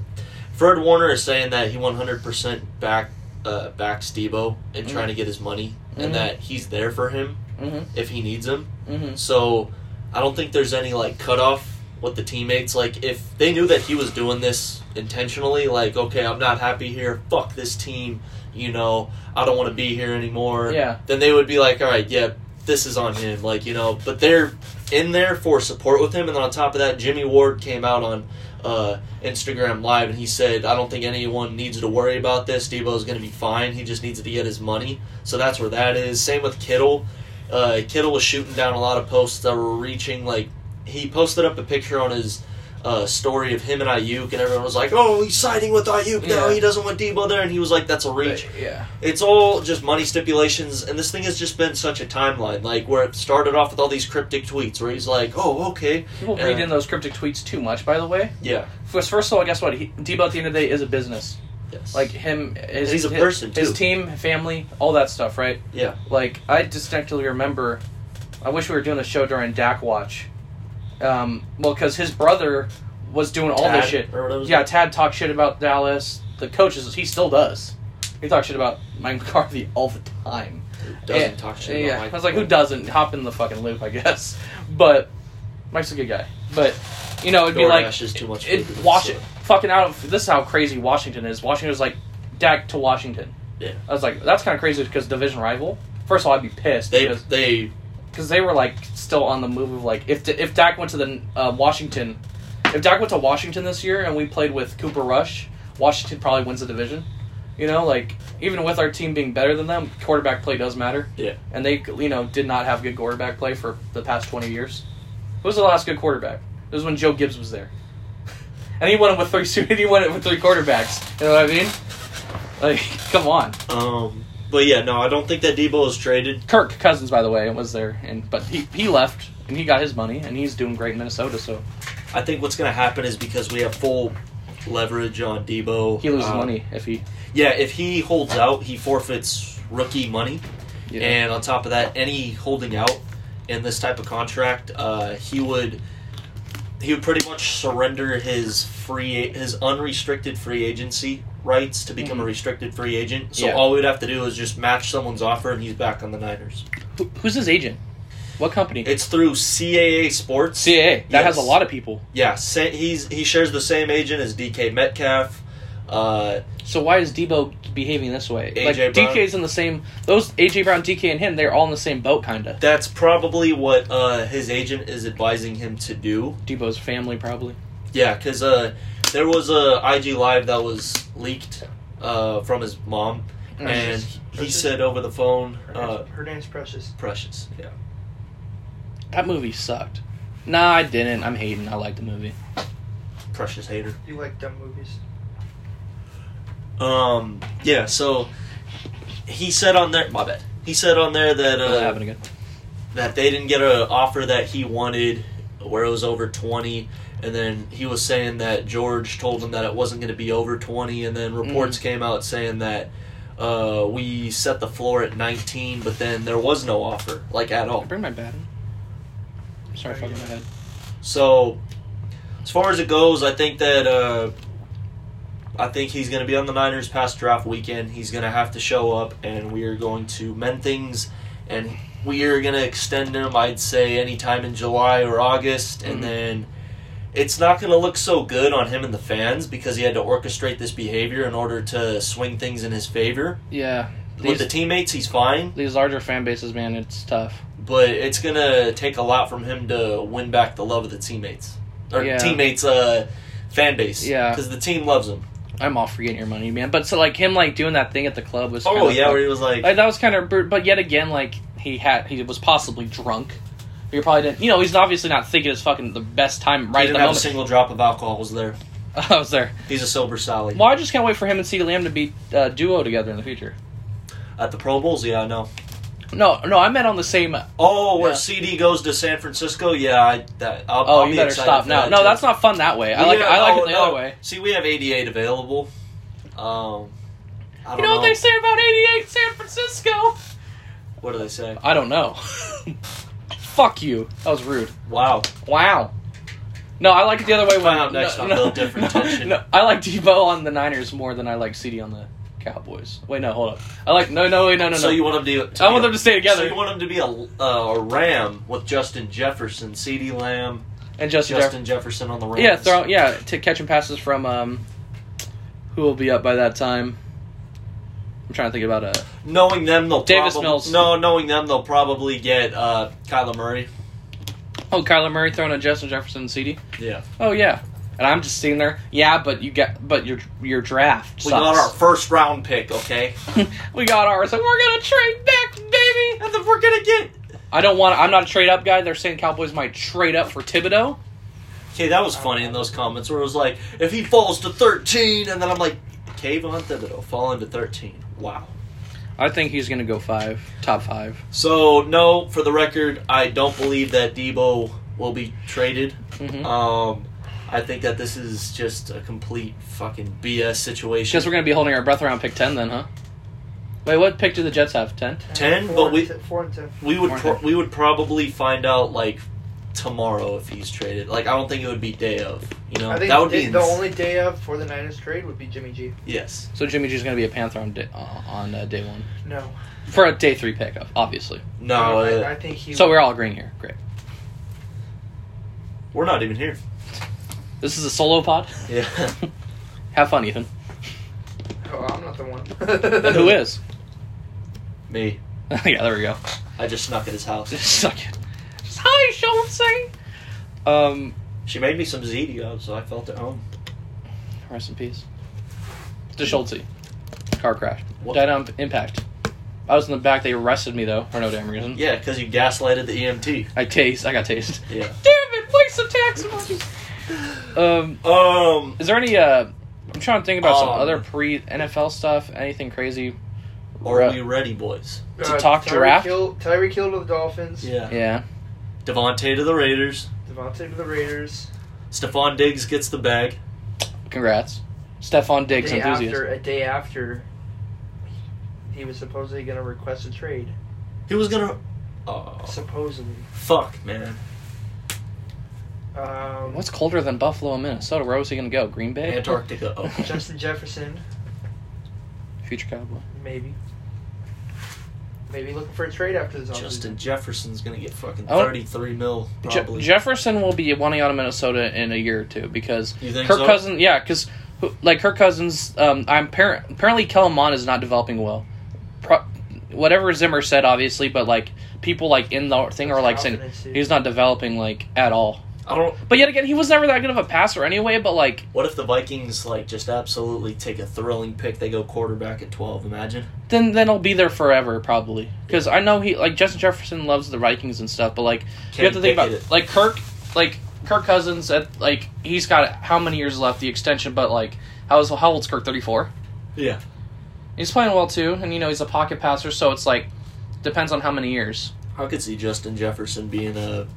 [SPEAKER 2] Fred Warner is saying that he 100% back uh, backs Debo and
[SPEAKER 1] Mm-hmm.
[SPEAKER 2] trying to get his money,
[SPEAKER 1] Mhm.
[SPEAKER 2] and that he's there for him
[SPEAKER 1] Mm-hmm.
[SPEAKER 2] if he needs him.
[SPEAKER 1] Mm-hmm.
[SPEAKER 2] So I don't think there's any like cutoff with the teammates. Like if they knew that he was doing this intentionally, like okay, I'm not happy here. Fuck this team. You know, I don't want to be here anymore.
[SPEAKER 1] Yeah.
[SPEAKER 2] Then they would be like, all right, yeah, this is on him. Like you know, but they're in there for support with him. And then on top of that, Jimmy Ward came out on. Uh, Instagram live and he said, "I don't think anyone needs to worry about this. Debo's going to be fine. He just needs to get his money." So that's where that is. Same with Kittle uh, Kittle was shooting down a lot of posts that were reaching. Like he posted up a picture on his uh, story of him and Ayuk, and everyone was like, "Oh, he's siding with Ayuk now.
[SPEAKER 1] Yeah.
[SPEAKER 2] He doesn't want Debo there." And he was like, "That's a reach."
[SPEAKER 1] Yeah.
[SPEAKER 2] It's all just money stipulations, and this thing has just been such a timeline. Like where it started off with all these cryptic tweets, where he's like, "Oh, okay,
[SPEAKER 1] People
[SPEAKER 2] Yeah.
[SPEAKER 1] read in those cryptic tweets too much, by the way.
[SPEAKER 2] yeah,
[SPEAKER 1] First, first of all, guess what? He, Debo at the end of the day is a business.
[SPEAKER 2] yes,
[SPEAKER 1] Like him, his,
[SPEAKER 2] He's a
[SPEAKER 1] his-
[SPEAKER 2] person,
[SPEAKER 1] His
[SPEAKER 2] too.
[SPEAKER 1] team, family, all that stuff, right?
[SPEAKER 2] yeah,
[SPEAKER 1] Like I distinctly remember. I wish we were doing a show during Dak Watch. Um, well, because his brother was doing all this
[SPEAKER 2] Tad,
[SPEAKER 1] shit.
[SPEAKER 2] or whatever."
[SPEAKER 1] Yeah, Tad talked shit about Dallas. The coaches, he still does. He talks shit about Mike McCarthy all the time.
[SPEAKER 2] Who doesn't
[SPEAKER 1] Yeah,
[SPEAKER 2] talk shit.
[SPEAKER 1] yeah.
[SPEAKER 2] about Mike
[SPEAKER 1] I was like, who doesn't hop in the fucking loop? I guess, but Mike's a good guy. But you know, it'd be like
[SPEAKER 2] DoorDash is too much
[SPEAKER 1] it,
[SPEAKER 2] food.
[SPEAKER 1] watch it. Fucking out. of- This is how crazy Washington is. Washington was like Dak to Washington.
[SPEAKER 2] Yeah.
[SPEAKER 1] I was like, that's kind of crazy because division rival. First of all, I'd be pissed
[SPEAKER 2] They
[SPEAKER 1] because
[SPEAKER 2] they
[SPEAKER 1] cause they were like still on the move of like if D- if Dak went to the uh, Washington, if Dak went to Washington this year and we played with Cooper Rush, Washington probably wins the division. You know, like even with our team being better than them, quarterback play does matter.
[SPEAKER 2] Yeah.
[SPEAKER 1] And they you know did not have good quarterback play for the past twenty years. Who was the last good quarterback? It was when Joe Gibbs was there. And he won it with three. He won it with three quarterbacks. You know what I mean? Like, come on.
[SPEAKER 2] um. But yeah, no, I don't think that Debo is traded.
[SPEAKER 1] Kirk Cousins, by the way, was there, and but he, he left and he got his money and he's doing great in Minnesota. So
[SPEAKER 2] I think what's going to happen is because we have full leverage on Debo.
[SPEAKER 1] he loses
[SPEAKER 2] um,
[SPEAKER 1] money if he.
[SPEAKER 2] Yeah, if he holds out, he forfeits rookie money.
[SPEAKER 1] Yeah.
[SPEAKER 2] And on top of that, any holding out in this type of contract, uh, he would he would pretty much surrender his free his unrestricted free agency rights to become a
[SPEAKER 1] Mhm.
[SPEAKER 2] restricted free agent. So
[SPEAKER 1] Yeah.
[SPEAKER 2] all we'd have to do is just match someone's offer, and he's back on the Niners.
[SPEAKER 1] Who, who's his agent? What company?
[SPEAKER 2] It's through CAA Sports.
[SPEAKER 1] CAA. That has a
[SPEAKER 2] Yes.
[SPEAKER 1] lot of people.
[SPEAKER 2] Yeah, sa- he's he shares the same agent as DK Metcalf. Uh,
[SPEAKER 1] So why is Debo behaving this way?
[SPEAKER 2] AJ
[SPEAKER 1] like
[SPEAKER 2] Brown.
[SPEAKER 1] DK's in the same. Those AJ Brown, DK, and him, they're all in the same boat, kinda.
[SPEAKER 2] that's probably what uh, his agent is advising him to do.
[SPEAKER 1] Debo's family probably.
[SPEAKER 2] Yeah, because uh, there was a IG live that was leaked uh, from his mom, and
[SPEAKER 3] Precious.
[SPEAKER 2] he
[SPEAKER 3] Precious.
[SPEAKER 2] said over the phone,
[SPEAKER 3] Her,
[SPEAKER 2] uh,
[SPEAKER 3] name's, her name's Precious.
[SPEAKER 2] "Precious." Yeah.
[SPEAKER 1] That movie sucked. Nah, I didn't. I'm hating. I like the movie.
[SPEAKER 2] Precious hater.
[SPEAKER 3] You like dumb movies?
[SPEAKER 2] Um, yeah. So he said on there, my bad. He said on there that
[SPEAKER 1] That
[SPEAKER 2] uh,
[SPEAKER 1] happened again.
[SPEAKER 2] that they didn't get an offer that he wanted, where it was over 20. And then he was saying that George told him that it wasn't going to be over 20. And then reports came out saying that uh, we set the floor at 19, but then there was no offer, like at all.
[SPEAKER 1] Bring my bat. In. Sorry, fucking my head.
[SPEAKER 2] So, as far as it goes, I think that uh, I think he's going to be on the Niners past draft weekend. He's going to have to show up, and we are going to mend things, and we are going to extend him. I'd say anytime in July or August,
[SPEAKER 1] Mhm.
[SPEAKER 2] and then. It's not going to look so good on him and the fans because he had to orchestrate this behavior in order to swing things in his favor.
[SPEAKER 1] Yeah.
[SPEAKER 2] With
[SPEAKER 1] These,
[SPEAKER 2] the teammates, he's fine,
[SPEAKER 1] these larger fan bases, man, it's tough.
[SPEAKER 2] but it's going to take a lot from him to win back the love of the teammates or
[SPEAKER 1] Yeah.
[SPEAKER 2] teammates uh fan base
[SPEAKER 1] Yeah.
[SPEAKER 2] because the team loves him
[SPEAKER 1] I'm all for getting your money, man. But so like him like doing that thing at the club was
[SPEAKER 2] oh
[SPEAKER 1] kinda
[SPEAKER 2] yeah
[SPEAKER 1] fuck-
[SPEAKER 2] where he was like
[SPEAKER 1] like, that was kind of br- but yet again like he had he was possibly drunk. You probably didn't you know he's obviously not thinking it's fucking the best time
[SPEAKER 2] he
[SPEAKER 1] right at
[SPEAKER 2] didn't
[SPEAKER 1] the
[SPEAKER 2] have
[SPEAKER 1] moment.
[SPEAKER 2] a single drop of alcohol was there
[SPEAKER 1] I was there.
[SPEAKER 2] he's a sober Sally
[SPEAKER 1] Well, I just can't wait for him and CeeDee Lamb to be uh, duo together in the future.
[SPEAKER 2] at the Pro Bowls yeah I know
[SPEAKER 1] No, no, I meant on the same.
[SPEAKER 2] oh where
[SPEAKER 1] Yeah.
[SPEAKER 2] CD goes to San Francisco yeah I that I'll,
[SPEAKER 1] Oh,
[SPEAKER 2] I'll
[SPEAKER 1] you
[SPEAKER 2] be
[SPEAKER 1] better
[SPEAKER 2] excited
[SPEAKER 1] stop
[SPEAKER 2] for
[SPEAKER 1] now.
[SPEAKER 2] that,
[SPEAKER 1] No,
[SPEAKER 2] too.
[SPEAKER 1] that's not fun that way. I
[SPEAKER 2] We
[SPEAKER 1] like
[SPEAKER 2] have-
[SPEAKER 1] I like
[SPEAKER 2] oh,
[SPEAKER 1] it the
[SPEAKER 2] no.
[SPEAKER 1] other way.
[SPEAKER 2] see we have 88 available um I
[SPEAKER 1] You
[SPEAKER 2] don't
[SPEAKER 1] know, what
[SPEAKER 2] know
[SPEAKER 1] they say about 88 San Francisco?
[SPEAKER 2] what do they say
[SPEAKER 1] I don't know. Fuck you. That was rude.
[SPEAKER 2] wow
[SPEAKER 1] Wow. No, I like it the other way.
[SPEAKER 2] Find
[SPEAKER 1] when-
[SPEAKER 2] out next
[SPEAKER 1] no,
[SPEAKER 2] on
[SPEAKER 1] no,
[SPEAKER 2] Build Different
[SPEAKER 1] no,
[SPEAKER 2] Tension.
[SPEAKER 1] no, I like Debo on the Niners more than I like CD on the Cowboys. Wait, no, hold up. I like no, no, wait, no, no,
[SPEAKER 2] so
[SPEAKER 1] no.
[SPEAKER 2] you want them to? to
[SPEAKER 1] I
[SPEAKER 2] be
[SPEAKER 1] want
[SPEAKER 2] a-
[SPEAKER 1] them to stay together.
[SPEAKER 2] So you want them to be a, uh, a Ram with Justin Jefferson, C.D. Lamb,
[SPEAKER 1] and Justin, Jefferson.
[SPEAKER 2] Justin Jefferson on the Rams.
[SPEAKER 1] Yeah, throw yeah to catching passes from um, who will be up by that time? I'm trying to think about uh
[SPEAKER 2] Knowing them, they'll
[SPEAKER 1] Davis
[SPEAKER 2] probab-
[SPEAKER 1] Mills.
[SPEAKER 2] No, knowing them, they'll probably get uh, Kyler Murray.
[SPEAKER 1] oh Kyler Murray throwing a Justin Jefferson and CD.
[SPEAKER 2] Yeah,
[SPEAKER 1] Oh yeah, and I'm just sitting there. Yeah, but you get but your your draft.
[SPEAKER 2] we got our
[SPEAKER 1] sucks.
[SPEAKER 2] first round pick. Okay,
[SPEAKER 1] we got ours. And we're gonna trade back, baby.
[SPEAKER 2] and then we're gonna get.
[SPEAKER 1] I don't want. I'm not a trade up guy. They're saying Cowboys might trade up for Thibodeau.
[SPEAKER 2] Okay, that was funny in those comments where it was like, if he falls to thirteen, and then I'm like, Kayvon Thibodeau falling to thirteen. Wow.
[SPEAKER 1] I think he's gonna go five, top five.
[SPEAKER 2] So no, for the record, I don't believe that Debo will be traded.
[SPEAKER 1] Mhm.
[SPEAKER 2] Um, I think that this is just a complete fucking BS situation.
[SPEAKER 1] Because we're gonna be holding our breath around pick ten then, huh? Wait, what pick do the Jets have? Ten.
[SPEAKER 2] Ten,
[SPEAKER 3] Four
[SPEAKER 2] but
[SPEAKER 3] and
[SPEAKER 2] we-
[SPEAKER 3] ten- four and ten.
[SPEAKER 2] we would
[SPEAKER 1] Warren
[SPEAKER 2] pro-
[SPEAKER 1] Hart.
[SPEAKER 2] we would probably find out like tomorrow if he's traded. Like I don't think it would be day of. You know,
[SPEAKER 3] I think
[SPEAKER 2] that would
[SPEAKER 3] the,
[SPEAKER 2] be
[SPEAKER 3] the
[SPEAKER 2] ins-
[SPEAKER 3] only day of for the Niners trade would be Jimmy G.
[SPEAKER 2] yes.
[SPEAKER 1] So Jimmy G's gonna be a Panther on day, uh, on uh, day one
[SPEAKER 3] No,
[SPEAKER 1] for a day three pick, ob- obviously.
[SPEAKER 2] No,
[SPEAKER 3] Oh, I,
[SPEAKER 2] uh,
[SPEAKER 3] I think he.
[SPEAKER 1] So we're all agreeing here. Great.
[SPEAKER 2] we're not even here.
[SPEAKER 1] This is a solo pod.
[SPEAKER 2] Yeah.
[SPEAKER 1] Have fun, Ethan.
[SPEAKER 3] Oh, I'm not the one.
[SPEAKER 1] And who is?
[SPEAKER 2] Me,
[SPEAKER 1] yeah, there we go.
[SPEAKER 2] I just snuck at his house.
[SPEAKER 1] Suck it. Hi, Schultzy. Um,
[SPEAKER 2] She made me some Zedeo, so I felt at home.
[SPEAKER 1] rest in peace. To Schultzy. Car crash.
[SPEAKER 2] What?
[SPEAKER 1] Died on impact. I was in the back. They arrested me though for no damn reason.
[SPEAKER 2] Yeah, because you gaslighted the E EMT.
[SPEAKER 1] I taste. I got taste.
[SPEAKER 2] Yeah.
[SPEAKER 1] Damn it! Waste of tax money. Um,
[SPEAKER 2] Um.
[SPEAKER 1] is there any? uh I'm trying to think about some
[SPEAKER 2] Um,
[SPEAKER 1] other pre NFL stuff. Anything crazy?
[SPEAKER 2] Are
[SPEAKER 1] Re-
[SPEAKER 2] we ready, boys?
[SPEAKER 1] to talk
[SPEAKER 3] Uh, Tyreek
[SPEAKER 1] draft?
[SPEAKER 3] Hill- Tyreek Hill to the Dolphins.
[SPEAKER 2] Yeah.
[SPEAKER 1] Yeah.
[SPEAKER 2] Devontae to the Raiders.
[SPEAKER 3] Devontae to the Raiders.
[SPEAKER 2] Stephon Diggs gets the bag.
[SPEAKER 1] Congrats, Stefan Diggs
[SPEAKER 3] day
[SPEAKER 1] enthusiast.
[SPEAKER 3] after, a day after, he was supposedly going to request a trade.
[SPEAKER 2] He was gonna. Oh,
[SPEAKER 3] Supposedly.
[SPEAKER 2] fuck, man.
[SPEAKER 3] Um,
[SPEAKER 1] What's colder than Buffalo and Minnesota? Where was he gonna go? Green Bay.
[SPEAKER 2] Antarctica. Oh.
[SPEAKER 3] Justin Jefferson?
[SPEAKER 1] Future Cowboy.
[SPEAKER 3] Maybe. Maybe looking for a trade after this. offseason.
[SPEAKER 2] Justin Jefferson's gonna get fucking
[SPEAKER 1] I want-
[SPEAKER 2] thirty-three mil
[SPEAKER 1] Je-
[SPEAKER 2] probably.
[SPEAKER 1] Jefferson will be wanting out of Minnesota in a year or two because
[SPEAKER 2] You think
[SPEAKER 1] Kirk
[SPEAKER 2] so?
[SPEAKER 1] Cousins, yeah, because like Kirk Cousins, um, I'm par- apparently Kellen Mond is not developing well. Pro- whatever Zimmer said, obviously, but like people like in the thing are like saying
[SPEAKER 3] Confidence, dude.
[SPEAKER 1] he's not developing like at all.
[SPEAKER 2] I don't.
[SPEAKER 1] But yet again, he was never that good of a passer anyway. But like
[SPEAKER 2] What if the Vikings like just absolutely take a thrilling pick? They go quarterback at twelve. Imagine.
[SPEAKER 1] then then he'll be there forever probably because I know he like Justin Jefferson loves the Vikings and stuff, but like you have to think about
[SPEAKER 2] Pickett it.
[SPEAKER 1] like Kirk, like Kirk Cousins at like he's got how many years left the extension, but like how is how old's Kirk thirty four?
[SPEAKER 2] Yeah.
[SPEAKER 1] He's playing well too, and you know he's a pocket passer, so it's like depends on how many years.
[SPEAKER 2] I could see Justin Jefferson being a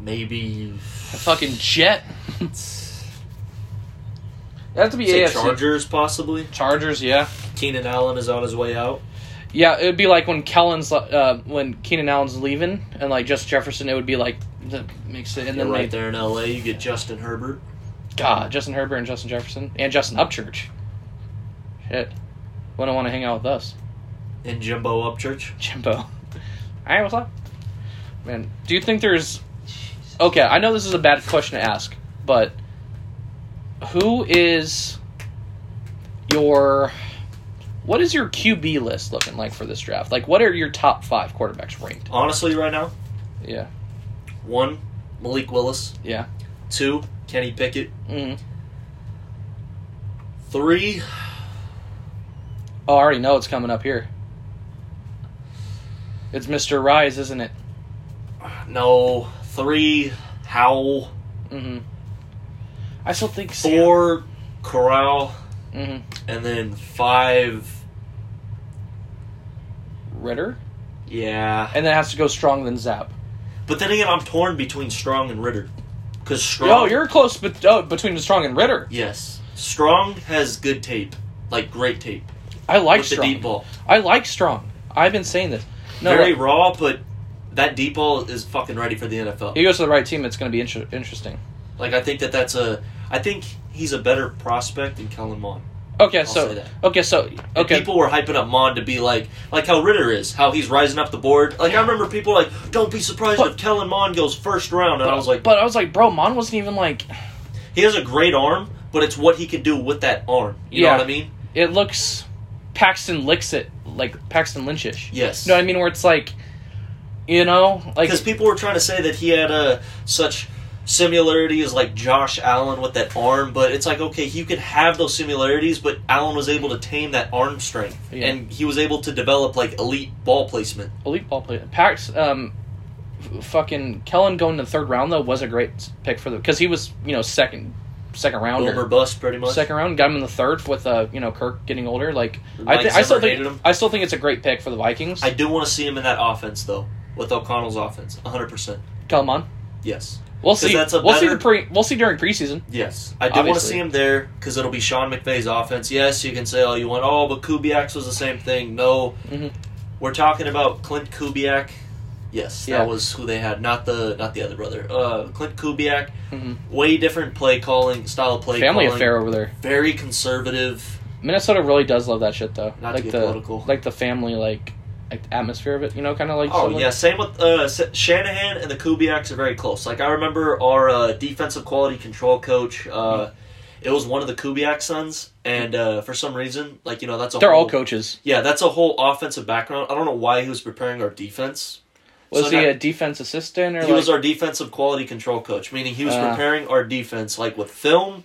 [SPEAKER 2] maybe.
[SPEAKER 1] A fucking jet. That to be
[SPEAKER 2] Say
[SPEAKER 1] AFC
[SPEAKER 2] Chargers possibly.
[SPEAKER 1] Chargers, yeah,
[SPEAKER 2] Keenan Allen is on his way out.
[SPEAKER 1] yeah. It would be like when Kellen's, uh, when Keenan Allen's leaving, and like just Jefferson, it would be like that makes it, and
[SPEAKER 2] You're
[SPEAKER 1] then
[SPEAKER 2] right
[SPEAKER 1] they,
[SPEAKER 2] there in LA, you get Justin Herbert.
[SPEAKER 1] God, Justin Herbert and Justin Jefferson and Justin Upchurch. Shit, wouldn't want to hang out with us.
[SPEAKER 2] and Jimbo Upchurch.
[SPEAKER 1] Jimbo. Alright, what's up? Man, do you think there's. Okay, I know this is a bad question to ask, but who is your. What is your QB list looking like for this draft? Like, what are your top five quarterbacks ranked?
[SPEAKER 2] Honestly, right now,
[SPEAKER 1] Yeah.
[SPEAKER 2] one Malik Willis,
[SPEAKER 1] Yeah.
[SPEAKER 2] two Kenny Pickett,
[SPEAKER 1] Mm.
[SPEAKER 2] three
[SPEAKER 1] Oh, I already know it's coming up here. It's Mr. Rise, isn't it?
[SPEAKER 2] no three Howell,
[SPEAKER 1] Mm hmm. I still think
[SPEAKER 2] four Corral,
[SPEAKER 1] Mm
[SPEAKER 2] and then five.
[SPEAKER 1] hmm. Ritter?
[SPEAKER 2] Yeah,
[SPEAKER 1] And then it has to go strong, then Zap.
[SPEAKER 2] but then again, I'm torn between Strong and Ritter, because Strong.
[SPEAKER 1] Yo, you're close bet oh, between the strong and Ritter.
[SPEAKER 2] yes. Strong has good tape, like great tape
[SPEAKER 1] I like
[SPEAKER 2] with
[SPEAKER 1] strong.
[SPEAKER 2] the deep ball.
[SPEAKER 1] I like strong. I've been saying this. No,
[SPEAKER 2] Very
[SPEAKER 1] like,
[SPEAKER 2] raw, but that deep ball is fucking ready for the NFL.
[SPEAKER 1] He goes to the right team. It's going to be inter- interesting.
[SPEAKER 2] Like I think that that's a. I think he's a better prospect than Kellen Mond.
[SPEAKER 1] Okay,
[SPEAKER 2] I'll say
[SPEAKER 1] so
[SPEAKER 2] that.
[SPEAKER 1] okay, so
[SPEAKER 2] And
[SPEAKER 1] okay,
[SPEAKER 2] people were hyping up Mond to be like, like how Ritter is, how he's rising up the board. Like I remember people like, don't be surprised
[SPEAKER 1] But-
[SPEAKER 2] if Kellen Mond goes first round. And I was like,
[SPEAKER 1] but I was like, bro, Mon wasn't even like.
[SPEAKER 2] he has a great arm, but it's what he can do with that arm. You
[SPEAKER 1] Yeah.
[SPEAKER 2] know what I mean?
[SPEAKER 1] It looks Paxton licks it like Paxton Lynchish.
[SPEAKER 2] Yes.
[SPEAKER 1] You know what I mean? Where it's like, you know, like
[SPEAKER 2] because people were trying to say that he had uh, such similarities like Josh Allen with that arm, but it's like okay, you could have those similarities, but Allen was able to tame that arm strength,
[SPEAKER 1] Yeah.
[SPEAKER 2] and he was able to develop like elite ball placement.
[SPEAKER 1] elite ball player. Pax, um, f- fucking Kellen going to the third round though was a great s- pick for the because he was you know second second
[SPEAKER 2] Boom or
[SPEAKER 1] rounder.
[SPEAKER 2] bust, pretty much.
[SPEAKER 1] Second round, got him in the third with uh, you know Kirk getting older. Like
[SPEAKER 2] Mike
[SPEAKER 1] I, think I still
[SPEAKER 2] Zimmer
[SPEAKER 1] think
[SPEAKER 2] hated him.
[SPEAKER 1] I still think it's a great pick for the Vikings.
[SPEAKER 2] I do want to see him in that offense though, with O'Connell's offense, hundred percent.
[SPEAKER 1] Kellen Mond.
[SPEAKER 2] Yes,
[SPEAKER 1] We'll
[SPEAKER 2] 'Cause
[SPEAKER 1] see.
[SPEAKER 2] that's a
[SPEAKER 1] we'll see the
[SPEAKER 2] better-
[SPEAKER 1] pre. We'll see during preseason.
[SPEAKER 2] yes, I do want to
[SPEAKER 1] Obviously.
[SPEAKER 2] see him there because it'll be Sean McVay's offense. Yes, you can say all you want. Oh, but Kubiak's was the same thing. No,
[SPEAKER 1] Mhm.
[SPEAKER 2] we're talking about Clint Kubiak. Yes,
[SPEAKER 1] Yeah.
[SPEAKER 2] that was who they had, not the not the other brother. Uh, Clint Kubiak,
[SPEAKER 1] Mhm.
[SPEAKER 2] way different play calling style of play.
[SPEAKER 1] Family
[SPEAKER 2] calling,
[SPEAKER 1] affair over there.
[SPEAKER 2] Very conservative.
[SPEAKER 1] Minnesota really does love that shit though.
[SPEAKER 2] Not to
[SPEAKER 1] like
[SPEAKER 2] get
[SPEAKER 1] the
[SPEAKER 2] political.
[SPEAKER 1] like the family like, like the atmosphere of it. You know, kind of like
[SPEAKER 2] Oh
[SPEAKER 1] something-
[SPEAKER 2] yeah, same with uh, S- Shanahan and the Kubiaks are very close. Like I remember our uh, defensive quality control coach. Uh, It was one of the Kubiak sons, and uh, for some reason, like you know, that's a
[SPEAKER 1] They're
[SPEAKER 2] whole,
[SPEAKER 1] all coaches.
[SPEAKER 2] Yeah, that's a whole offensive background. I don't know why he was preparing our defense.
[SPEAKER 1] Was
[SPEAKER 2] So
[SPEAKER 1] he
[SPEAKER 2] now-
[SPEAKER 1] a defense assistant or
[SPEAKER 2] He
[SPEAKER 1] like?
[SPEAKER 2] was our defensive quality control coach, meaning he was
[SPEAKER 1] Ah.
[SPEAKER 2] preparing our defense like with film,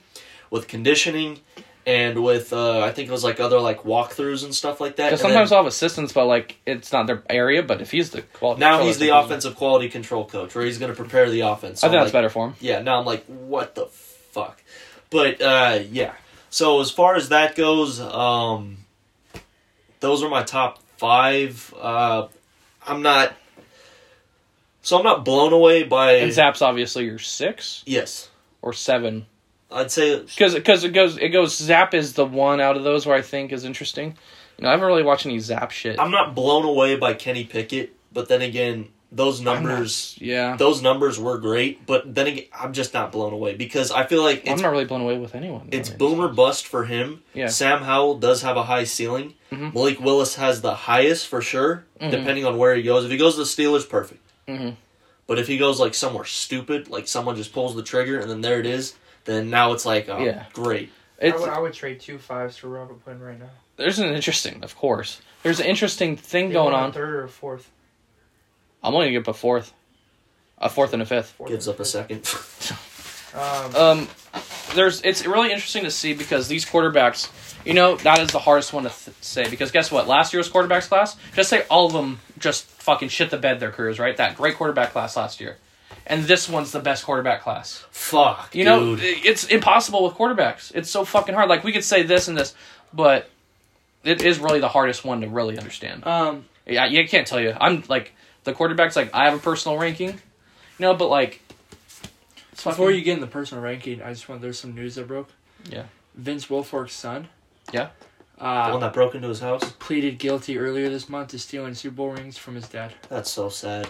[SPEAKER 2] with conditioning, and with uh, I think it was like other like walkthroughs and stuff like that.
[SPEAKER 1] Because
[SPEAKER 2] And
[SPEAKER 1] sometimes
[SPEAKER 2] then
[SPEAKER 1] I'll have assistants, but like it's not their area. But if he's the quality,
[SPEAKER 2] now
[SPEAKER 1] control,
[SPEAKER 2] he's
[SPEAKER 1] I
[SPEAKER 2] the
[SPEAKER 1] think
[SPEAKER 2] offensive quality control coach, where he's going to prepare the offense.
[SPEAKER 1] I think
[SPEAKER 2] So I'm
[SPEAKER 1] that's
[SPEAKER 2] like,
[SPEAKER 1] better for him.
[SPEAKER 2] Yeah, now I'm like, what the fuck? But uh, yeah, so as far as that goes, um, those are my top five. Uh, I'm not. So I'm not blown away by
[SPEAKER 1] And Zap's obviously your six
[SPEAKER 2] yes.
[SPEAKER 1] or seven,
[SPEAKER 2] I'd say
[SPEAKER 1] because it goes it goes Zap is the one out of those where I think is interesting. You know, I haven't really watched any Zap shit.
[SPEAKER 2] I'm not blown away by Kenny Pickett, but then again, those
[SPEAKER 1] I'm not-
[SPEAKER 2] numbers
[SPEAKER 1] yeah,
[SPEAKER 2] those numbers were great, but then again, I'm just not blown away because I feel like
[SPEAKER 1] I'm
[SPEAKER 2] it's
[SPEAKER 1] not really blown away with anyone.
[SPEAKER 2] it's
[SPEAKER 1] I mean,
[SPEAKER 2] boom or bust for him.
[SPEAKER 1] Yeah.
[SPEAKER 2] Sam Howell does have a high ceiling.
[SPEAKER 1] Mhm.
[SPEAKER 2] Malik Willis has the highest for sure,
[SPEAKER 1] Mhm.
[SPEAKER 2] depending on where he goes. If he goes to the Steelers, perfect.
[SPEAKER 1] Mhm.
[SPEAKER 2] But if he goes like somewhere stupid, like someone just pulls the trigger and then there it is, then now it's like, oh,
[SPEAKER 1] Yeah.
[SPEAKER 2] great.
[SPEAKER 3] I,
[SPEAKER 1] It's,
[SPEAKER 3] would, I would trade two fives for Robert Quinn right now.
[SPEAKER 1] there's an interesting, of course. There's an interesting thing
[SPEAKER 3] They
[SPEAKER 1] going
[SPEAKER 3] want a
[SPEAKER 1] on.
[SPEAKER 3] Third or fourth.
[SPEAKER 1] I'm only gonna give a fourth, a fourth and a fifth.
[SPEAKER 3] fourth
[SPEAKER 2] Gives
[SPEAKER 3] or
[SPEAKER 2] up a second.
[SPEAKER 3] fifth. Um,
[SPEAKER 1] um, there's it's really interesting to see because these quarterbacks, you know, that is the hardest one to th- say because guess what? Last year's quarterbacks class, just say all of them just fucking shit the bed their careers, right? That great quarterback class last year, and this one's the best quarterback class.
[SPEAKER 2] Fuck,
[SPEAKER 1] You
[SPEAKER 2] dude.
[SPEAKER 1] know, i- it's impossible with quarterbacks. It's so fucking hard. Like we could say this and this, but it is really the hardest one to really understand.
[SPEAKER 4] Um,
[SPEAKER 1] Yeah, yeah, I can't tell you. I'm like the quarterbacks. Like I have a personal ranking, you know, but like. it's
[SPEAKER 4] before
[SPEAKER 1] fucking-
[SPEAKER 4] you get in the personal ranking, I just want there's some news that broke.
[SPEAKER 1] Yeah.
[SPEAKER 4] Vince Wilfork's son.
[SPEAKER 1] Yeah.
[SPEAKER 2] the one
[SPEAKER 4] Uh,
[SPEAKER 2] that broke into his house?
[SPEAKER 4] pleaded guilty earlier this month to stealing Super Bowl rings from his dad.
[SPEAKER 2] That's so sad.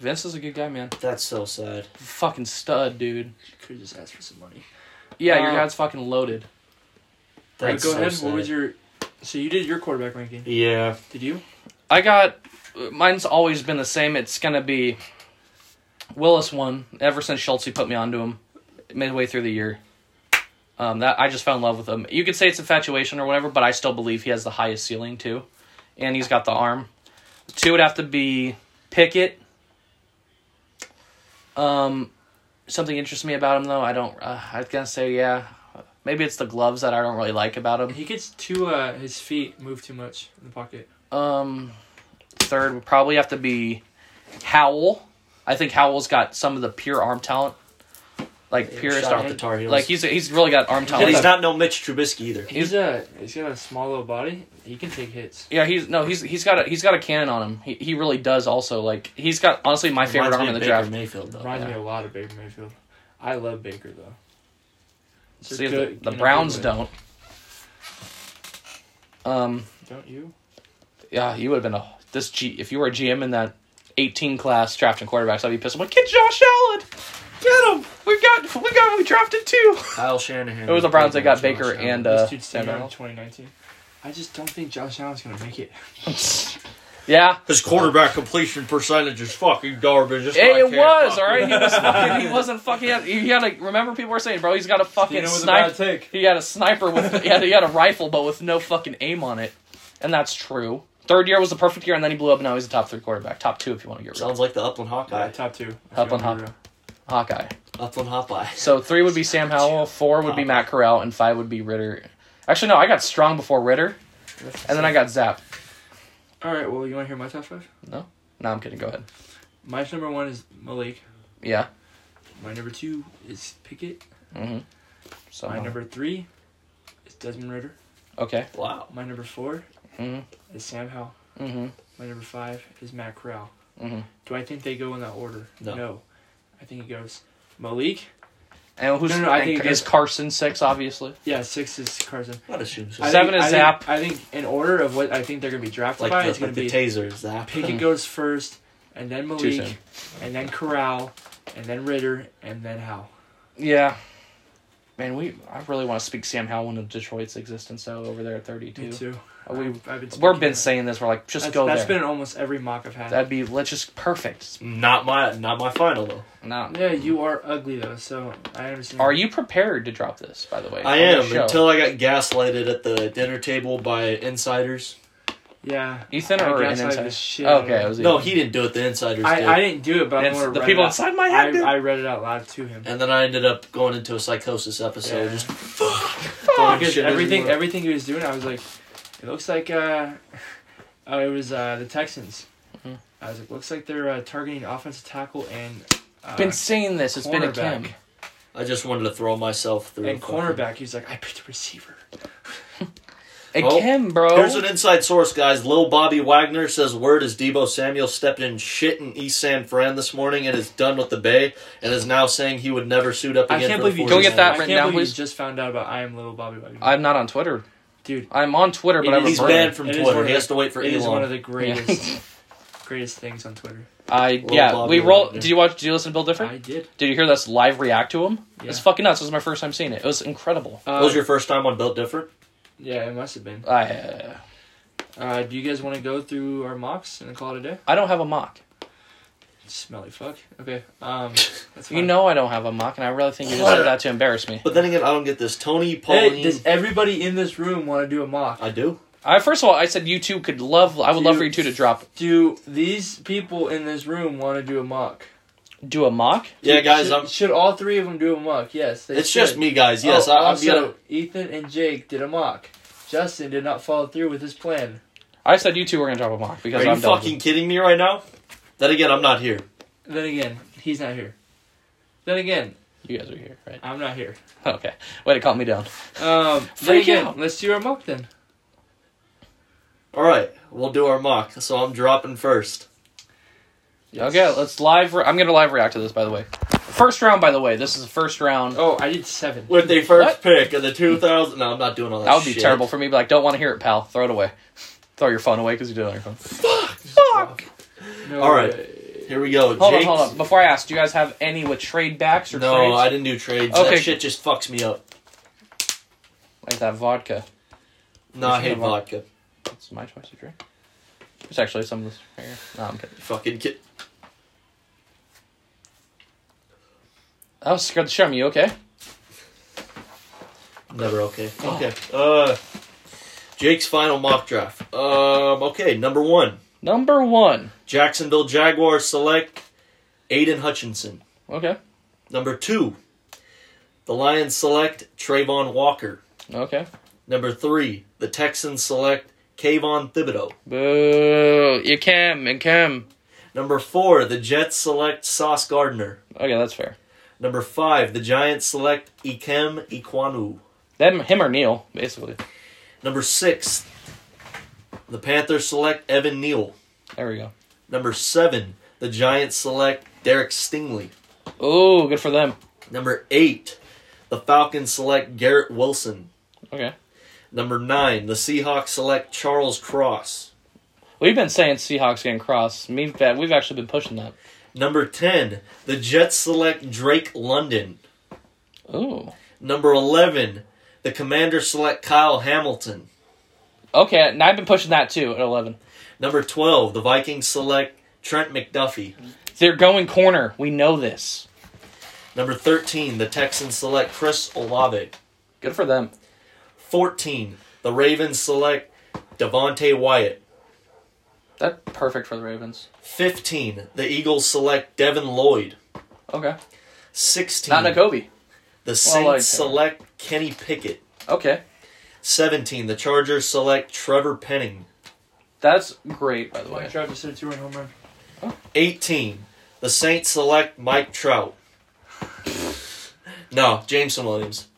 [SPEAKER 1] Vince is a good guy, man.
[SPEAKER 2] That's so sad.
[SPEAKER 1] fucking stud, dude.
[SPEAKER 4] Could just ask for some money.
[SPEAKER 1] Yeah, your
[SPEAKER 4] Uh,
[SPEAKER 1] dad's fucking loaded.
[SPEAKER 2] That's
[SPEAKER 4] go
[SPEAKER 2] so
[SPEAKER 4] ahead.
[SPEAKER 2] sad.
[SPEAKER 4] What was your? So you did your quarterback ranking.
[SPEAKER 2] Yeah.
[SPEAKER 4] Did you?
[SPEAKER 1] I got mine's always been the same. It's gonna be Willis one ever since Schultz put me onto him midway through the year. Um, that I just fell in love with him. You could say it's infatuation or whatever, but I still believe he has the highest ceiling too, and he's got the arm. Two would have to be Pickett. Um, something interests me about him though. I don't. Uh, I was gonna say yeah. Maybe it's the gloves that I don't really like about him.
[SPEAKER 4] He gets too. Uh, his feet move too much in the pocket.
[SPEAKER 1] Um, third would probably have to be Howell. I think Howell's got some of the pure arm talent, like
[SPEAKER 2] Yeah,
[SPEAKER 1] purest
[SPEAKER 2] shout out
[SPEAKER 1] arm.
[SPEAKER 2] to Tar Heels.
[SPEAKER 1] Like he's he's really got arm
[SPEAKER 2] And
[SPEAKER 1] talent.
[SPEAKER 2] he's not no Mitch Trubisky either.
[SPEAKER 4] He's a. He's got a small little body. He can take hits.
[SPEAKER 1] yeah, he's no he's he's got a he's got a cannon on him. He he really does. Also, like he's got honestly my favorite
[SPEAKER 2] Reminds
[SPEAKER 1] arm
[SPEAKER 2] me
[SPEAKER 1] in the
[SPEAKER 2] of Baker
[SPEAKER 1] draft.
[SPEAKER 2] Mayfield though.
[SPEAKER 4] Reminds
[SPEAKER 1] yeah.
[SPEAKER 4] me a lot of Baker Mayfield. I love Baker though. It's a
[SPEAKER 1] See,
[SPEAKER 4] good-
[SPEAKER 1] the,
[SPEAKER 4] in
[SPEAKER 1] the
[SPEAKER 4] a
[SPEAKER 1] Browns
[SPEAKER 4] good way.
[SPEAKER 1] don't. Um.
[SPEAKER 4] Don't you?
[SPEAKER 1] Yeah, you would have been a this G if you were a GM in that 18 class drafting quarterbacks, I'd be pissed. I'm like, get Josh Allen, get him. We got we got we drafted two.
[SPEAKER 2] Kyle Shanahan.
[SPEAKER 1] It was the Browns that got Baker
[SPEAKER 2] Josh
[SPEAKER 1] and
[SPEAKER 2] Allen.
[SPEAKER 1] uh,
[SPEAKER 4] this dude's
[SPEAKER 1] Sam
[SPEAKER 4] sitting around
[SPEAKER 1] Darnold.
[SPEAKER 4] 2019. I just don't think Josh Allen's gonna make it.
[SPEAKER 1] Yeah.
[SPEAKER 2] His quarterback completion percentage is fucking garbage. It's
[SPEAKER 1] Hey,
[SPEAKER 2] not
[SPEAKER 1] it was
[SPEAKER 2] fucking-
[SPEAKER 1] all right. He was fucking. He wasn't fucking. He had, he had a. Remember, people were saying, bro, he's got a fucking
[SPEAKER 4] Dino with a
[SPEAKER 1] sniper.
[SPEAKER 4] bad take.
[SPEAKER 1] He had a sniper with. he, had, he had a rifle, but with no fucking aim on it, and that's true. Third year was the perfect year, and then he blew up. and Now he's a top three quarterback, top two if you want to get real.
[SPEAKER 2] Sounds like the Upland
[SPEAKER 4] Uh,
[SPEAKER 2] Hawkeye.
[SPEAKER 4] top two. if
[SPEAKER 1] Up
[SPEAKER 4] you
[SPEAKER 1] on
[SPEAKER 4] want to
[SPEAKER 1] hop.
[SPEAKER 4] be
[SPEAKER 1] Hawkeye.
[SPEAKER 2] Upland Hawkeye.
[SPEAKER 1] So three would be Sam Howell, four would be Matt Corral, and five would be Ritter. Actually, no, I got Strong before Ritter,
[SPEAKER 4] real.
[SPEAKER 1] and then I got Zap.
[SPEAKER 4] All right. Well, you want to hear my top five?
[SPEAKER 1] No, I'm kidding. Go ahead.
[SPEAKER 4] My number one is Malik.
[SPEAKER 1] Yeah.
[SPEAKER 4] My number two is Pickett.
[SPEAKER 1] Mm-hmm. So
[SPEAKER 4] My number three is Desmond Ritter.
[SPEAKER 1] Okay.
[SPEAKER 2] Wow.
[SPEAKER 4] My number four
[SPEAKER 1] Mm-hmm.
[SPEAKER 4] is Sam Howell.
[SPEAKER 1] Mm-hmm.
[SPEAKER 4] My number five is Matt Corral.
[SPEAKER 1] Mm-hmm.
[SPEAKER 4] Do I think they go in that order?
[SPEAKER 2] No.
[SPEAKER 4] I think it goes Malik.
[SPEAKER 1] And who's
[SPEAKER 4] No, no, I
[SPEAKER 1] and
[SPEAKER 4] think
[SPEAKER 1] is Carson six? Obviously.
[SPEAKER 4] Yeah, six is Carson.
[SPEAKER 2] I'd assume so.
[SPEAKER 4] I
[SPEAKER 1] Seven
[SPEAKER 4] think-
[SPEAKER 1] is
[SPEAKER 4] I think-
[SPEAKER 1] Zapp.
[SPEAKER 4] I think in order of what I think they're going to be drafted
[SPEAKER 2] like
[SPEAKER 4] by,
[SPEAKER 2] the,
[SPEAKER 4] it's going
[SPEAKER 2] like
[SPEAKER 4] to
[SPEAKER 2] the
[SPEAKER 4] be
[SPEAKER 2] taser zap.
[SPEAKER 4] Pickett goes first, and then Malik,
[SPEAKER 1] soon.
[SPEAKER 4] and then Corral, and then Ritter, and then Howell.
[SPEAKER 1] Yeah. Man, we I really want to speak Sam Howell into Detroit's existence though over there at thirty
[SPEAKER 4] Me
[SPEAKER 1] two.
[SPEAKER 4] too.
[SPEAKER 1] Oh, We
[SPEAKER 4] I've
[SPEAKER 1] we've
[SPEAKER 4] been
[SPEAKER 1] been
[SPEAKER 4] speaking-
[SPEAKER 1] saying this. We're like, just
[SPEAKER 4] that's,
[SPEAKER 1] go
[SPEAKER 4] That's
[SPEAKER 1] there.
[SPEAKER 4] been almost every mock I've had.
[SPEAKER 1] That'd be let's just perfect.
[SPEAKER 2] Not my not my final though.
[SPEAKER 1] No.
[SPEAKER 4] yeah, you are ugly though, so I understand.
[SPEAKER 1] Are you prepared to drop this? By the way,
[SPEAKER 2] I
[SPEAKER 1] on the
[SPEAKER 2] am
[SPEAKER 1] show?
[SPEAKER 2] until I got gaslighted at the dinner table by insiders.
[SPEAKER 4] Yeah.
[SPEAKER 1] Ethan
[SPEAKER 4] I
[SPEAKER 1] or an
[SPEAKER 4] gaslighted the
[SPEAKER 1] inside. Oh,
[SPEAKER 4] shit out of
[SPEAKER 1] okay,
[SPEAKER 4] him.
[SPEAKER 1] it was
[SPEAKER 2] No,
[SPEAKER 1] Ethan.
[SPEAKER 2] he didn't do it. The insiders
[SPEAKER 4] I,
[SPEAKER 2] did.
[SPEAKER 4] I didn't do it, but I'm
[SPEAKER 1] It's
[SPEAKER 4] more
[SPEAKER 1] the people inside my head.
[SPEAKER 4] I,
[SPEAKER 1] did.
[SPEAKER 4] I read it out loud to him.
[SPEAKER 2] and then I ended up going into a psychosis episode.
[SPEAKER 4] Yeah.
[SPEAKER 2] Just
[SPEAKER 1] Fuck.
[SPEAKER 4] because
[SPEAKER 2] shit doesn't
[SPEAKER 4] everything
[SPEAKER 2] work.
[SPEAKER 4] everything he was doing, I was like, it looks like uh, uh it was uh the Texans.
[SPEAKER 1] Mhm.
[SPEAKER 4] I was like, looks like they're uh, targeting offensive tackle and uh,
[SPEAKER 1] been saying this. It's been a
[SPEAKER 4] cornerback.
[SPEAKER 1] Kim.
[SPEAKER 2] I just wanted to throw myself through.
[SPEAKER 4] and
[SPEAKER 2] a fucking-
[SPEAKER 4] cornerback. He was like, I picked a receiver.
[SPEAKER 1] A
[SPEAKER 2] Oh,
[SPEAKER 1] Kim, bro.
[SPEAKER 2] Here's an inside source, guys. Lil Bobby Wagner says word is Debo Samuel stepped in shit in East San Fran this morning and is done with the Bay and is now saying he would never suit up
[SPEAKER 4] I
[SPEAKER 2] again.
[SPEAKER 4] can't
[SPEAKER 2] for
[SPEAKER 4] believe
[SPEAKER 2] the
[SPEAKER 4] you
[SPEAKER 1] Go
[SPEAKER 4] just,
[SPEAKER 2] 49ers.
[SPEAKER 1] get that
[SPEAKER 4] I
[SPEAKER 1] written
[SPEAKER 4] can't
[SPEAKER 1] down,
[SPEAKER 4] believe
[SPEAKER 1] please.
[SPEAKER 4] You just found out about I am little Bobby Wagner.
[SPEAKER 1] I'm not on Twitter.
[SPEAKER 4] Dude,
[SPEAKER 1] I'm on Twitter, but
[SPEAKER 4] It
[SPEAKER 1] I'm a
[SPEAKER 4] is
[SPEAKER 2] He's
[SPEAKER 1] bird.
[SPEAKER 2] banned from
[SPEAKER 4] It is
[SPEAKER 2] Twitter.
[SPEAKER 4] one
[SPEAKER 2] He
[SPEAKER 4] of
[SPEAKER 2] has to wait for
[SPEAKER 4] it is one
[SPEAKER 2] Elon.
[SPEAKER 4] of the greatest greatest things on Twitter.
[SPEAKER 1] I
[SPEAKER 2] Little
[SPEAKER 1] yeah.
[SPEAKER 2] Bobby
[SPEAKER 1] we roll.
[SPEAKER 2] Wagner.
[SPEAKER 1] Did you watch? Did you listen to Bill Different?
[SPEAKER 4] I did.
[SPEAKER 1] Did you hear this live react to him?
[SPEAKER 4] Yeah.
[SPEAKER 1] It's fucking nuts. This was my first time seeing it. It was incredible.
[SPEAKER 4] Uh,
[SPEAKER 2] That was your first time on Built Different?
[SPEAKER 4] yeah, it must have been.
[SPEAKER 1] I uh,
[SPEAKER 4] Uh, do you guys want to go through our mocks and call it a day?
[SPEAKER 1] I don't have a mock.
[SPEAKER 4] Smelly fuck. Okay. Um, that's
[SPEAKER 1] You
[SPEAKER 4] fine.
[SPEAKER 1] know I don't have a mock, and I really think you just
[SPEAKER 2] What?
[SPEAKER 1] said that to embarrass me.
[SPEAKER 2] But then again, I don't get this. Tony
[SPEAKER 4] Hey,
[SPEAKER 2] Pauline.
[SPEAKER 4] does everybody in this room want to do a mock?
[SPEAKER 2] I do.
[SPEAKER 1] I first of all, I said you two could love. I would love for you two to drop
[SPEAKER 4] Do these people in this room want to do a mock?
[SPEAKER 1] do a mock.
[SPEAKER 2] Yeah, guys,
[SPEAKER 4] should,
[SPEAKER 2] I'm.
[SPEAKER 4] should all three of them do a mock? Yes, they
[SPEAKER 2] It's
[SPEAKER 4] should.
[SPEAKER 2] just me, guys. Yes,
[SPEAKER 4] oh,
[SPEAKER 2] I, I'm
[SPEAKER 4] also,
[SPEAKER 2] gonna.
[SPEAKER 4] Ethan and Jake did a mock. Justin did not follow through with his plan.
[SPEAKER 1] I said you two were gonna drop a mock because
[SPEAKER 2] Are you
[SPEAKER 1] I'm done with
[SPEAKER 2] fucking kidding me right now? Then again, I'm not here.
[SPEAKER 4] Then again, he's not here. Then again,
[SPEAKER 1] it. You guys are here, right?
[SPEAKER 4] I'm not here.
[SPEAKER 1] Okay, way to calm me down.
[SPEAKER 4] Um, then
[SPEAKER 1] Freak
[SPEAKER 4] again,
[SPEAKER 1] out.
[SPEAKER 4] let's do our mock then.
[SPEAKER 2] All right, we'll do our mock. So I'm dropping first.
[SPEAKER 1] Okay, let's live. Re- I'm gonna live react to this. By the way, first round. By the way, this is the first round.
[SPEAKER 4] Oh, I did seven.
[SPEAKER 2] With the first
[SPEAKER 1] What?
[SPEAKER 2] pick of the 2000. No, I'm not doing all that.
[SPEAKER 1] That would be
[SPEAKER 2] shit.
[SPEAKER 1] terrible for me. Be like, don't want to hear it, pal. Throw it away. Throw your phone away because you did it on your phone. Fuck.
[SPEAKER 4] No
[SPEAKER 2] All right.
[SPEAKER 4] way.
[SPEAKER 2] Uh, Here we go.
[SPEAKER 1] Hold on,
[SPEAKER 2] Jake's-
[SPEAKER 1] hold on. Before I ask, do you guys have any with trade backs or
[SPEAKER 2] No,
[SPEAKER 1] trades?
[SPEAKER 2] I didn't do trades.
[SPEAKER 1] Okay.
[SPEAKER 2] That shit just fucks me up.
[SPEAKER 1] like that vodka.
[SPEAKER 2] No, I
[SPEAKER 1] Speaking
[SPEAKER 2] hate
[SPEAKER 1] of vodka.
[SPEAKER 2] vodka.
[SPEAKER 1] It's my choice to drink. There's actually some of this right here. No, I'm kidding.
[SPEAKER 2] Fucking kid.
[SPEAKER 1] I was scared to show me. You okay?
[SPEAKER 2] Never okay. Okay. Uh, Jake's final mock draft. Um. Okay. Number one,
[SPEAKER 1] Number one.
[SPEAKER 2] Jacksonville Jaguars select Aiden Hutchinson.
[SPEAKER 1] Okay.
[SPEAKER 2] Number two, the Lions select Trayvon Walker.
[SPEAKER 1] Okay.
[SPEAKER 2] Number three, the Texans select Kayvon Thibodeau.
[SPEAKER 1] Boo. You can and Kim.
[SPEAKER 2] Number four, the Jets select Sauce Gardner.
[SPEAKER 1] Okay, that's fair.
[SPEAKER 2] Number five, the Giants select Ikem Iquanu.
[SPEAKER 1] Them, him or Neil, basically.
[SPEAKER 2] Number six, the Panthers select Evan Neal.
[SPEAKER 1] There we go.
[SPEAKER 2] Number seven, the Giants select Derek Stingley.
[SPEAKER 1] Oh, good for them.
[SPEAKER 2] Number eight, the Falcons select Garrett Wilson.
[SPEAKER 1] Okay.
[SPEAKER 2] Number nine, the Seahawks select Charles Cross.
[SPEAKER 1] We've been saying Seahawks and Cross. Me, that we've actually been pushing that.
[SPEAKER 2] Number 10, the Jets select Drake London.
[SPEAKER 1] Ooh.
[SPEAKER 2] Number 11, the Commanders select Kyle Hamilton.
[SPEAKER 1] Okay, and I've been pushing that too at eleven.
[SPEAKER 2] Number 12, the Vikings select Trent McDuffie.
[SPEAKER 1] They're going corner. We know this.
[SPEAKER 2] Number 13, the Texans select Chris Olave.
[SPEAKER 1] Good for them.
[SPEAKER 2] 14, the Ravens select Devontae Wyatt.
[SPEAKER 1] That's perfect for the Ravens.
[SPEAKER 2] 15, the Eagles select Devin Lloyd.
[SPEAKER 1] Okay.
[SPEAKER 2] 16,
[SPEAKER 1] Not Nakobe.
[SPEAKER 2] the
[SPEAKER 1] I
[SPEAKER 2] Saints
[SPEAKER 1] like him.
[SPEAKER 2] select Kenny Pickett.
[SPEAKER 1] Okay.
[SPEAKER 2] 17, the Chargers select Trevor Penning.
[SPEAKER 1] That's great, by the
[SPEAKER 4] Mike
[SPEAKER 1] way.
[SPEAKER 4] Trout just hit a two-run home run.
[SPEAKER 2] 18, the Saints select Mike Trout. No, Jameson Williams.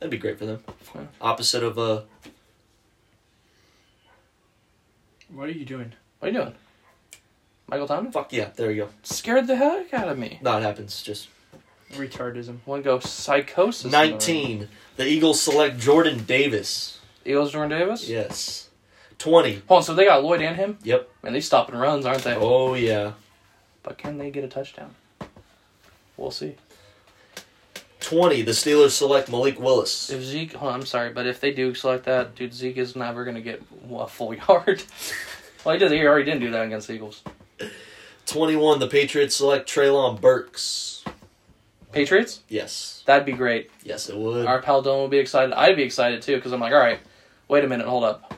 [SPEAKER 2] That'd be great for them.
[SPEAKER 1] Yeah.
[SPEAKER 2] Opposite of uh,
[SPEAKER 4] What are you doing?
[SPEAKER 1] What are you doing? Michael Thomas?
[SPEAKER 2] fuck yeah, there you go.
[SPEAKER 1] Scared the heck out of me.
[SPEAKER 2] No, it happens. Just
[SPEAKER 4] Retardism.
[SPEAKER 1] One go psychosis. in the room.
[SPEAKER 2] 19. The Eagles select Jordan Davis.
[SPEAKER 1] Eagles Jordan Davis?
[SPEAKER 2] Yes. 20.
[SPEAKER 1] Hold on, so they got Lloyd and him?
[SPEAKER 2] Yep.
[SPEAKER 1] Man, they stopping runs, aren't they?
[SPEAKER 2] Oh yeah.
[SPEAKER 1] But can they get a touchdown? We'll see.
[SPEAKER 2] 20. The Steelers select Malik Willis.
[SPEAKER 1] If Zeke, hold on, I'm sorry, but if they do select that, dude, Zeke is never going to get a full yard. well, he did. He already didn't do that against the Eagles.
[SPEAKER 2] 21. The Patriots select Traylon Burks.
[SPEAKER 1] Patriots?
[SPEAKER 2] Yes.
[SPEAKER 1] That'd be great.
[SPEAKER 2] Yes, it would.
[SPEAKER 1] Our pal Dylan will be excited. I'd be excited too because I'm like, all right, wait a minute, hold up.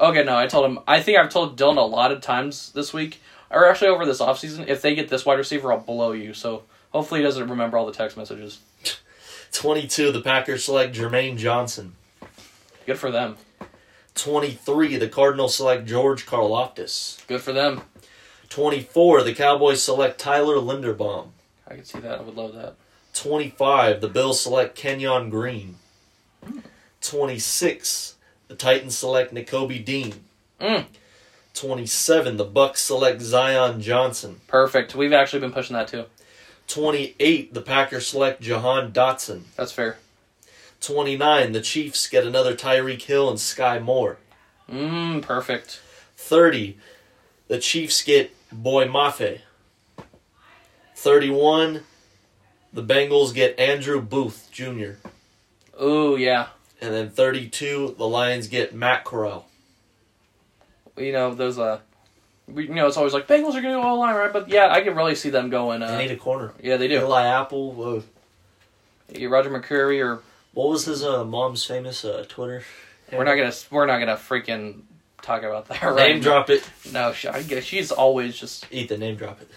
[SPEAKER 1] Okay, no, I told him. I think I've told Dylan a lot of times this week, or actually over this offseason, if they get this wide receiver, I'll blow you. So hopefully he doesn't remember all the text messages.
[SPEAKER 2] 22. The Packers select Jermaine Johnson.
[SPEAKER 1] Good for them.
[SPEAKER 2] 23. The Cardinals select George Karloftis.
[SPEAKER 1] Good for them.
[SPEAKER 2] 24. The Cowboys select Tyler Linderbaum.
[SPEAKER 1] I could see that. I would love that.
[SPEAKER 2] 25, the Bills select Kenyon Green. 26, the Titans select Nicobe Dean.
[SPEAKER 1] Mm.
[SPEAKER 2] 27, the Bucks select Zion Johnson.
[SPEAKER 1] Perfect. We've actually been pushing that too.
[SPEAKER 2] 28, the Packers select Jahan Dotson.
[SPEAKER 1] That's fair.
[SPEAKER 2] 29, the Chiefs get another Tyreek Hill and Sky Moore.
[SPEAKER 1] Mmm, perfect.
[SPEAKER 2] 30, the Chiefs get Boy Mafe. 31, the Bengals get Andrew Booth Jr.
[SPEAKER 1] Ooh, yeah.
[SPEAKER 2] And then 32, the Lions get Matt Corral.
[SPEAKER 1] You know, those, uh, we, you know, it's always like Bengals are going to go all line, right? But yeah, I can really see them going.
[SPEAKER 2] They need
[SPEAKER 1] Uh,
[SPEAKER 2] a corner.
[SPEAKER 1] yeah, they do.
[SPEAKER 2] Eli Apple. Uh,
[SPEAKER 1] You Roger McCurry or
[SPEAKER 2] what was his uh, mom's famous uh, Twitter?
[SPEAKER 1] We're not gonna we're not gonna freaking talk about that. Right?
[SPEAKER 2] name drop it.
[SPEAKER 1] No, she, I guess she's always just
[SPEAKER 2] Ethan, name drop it.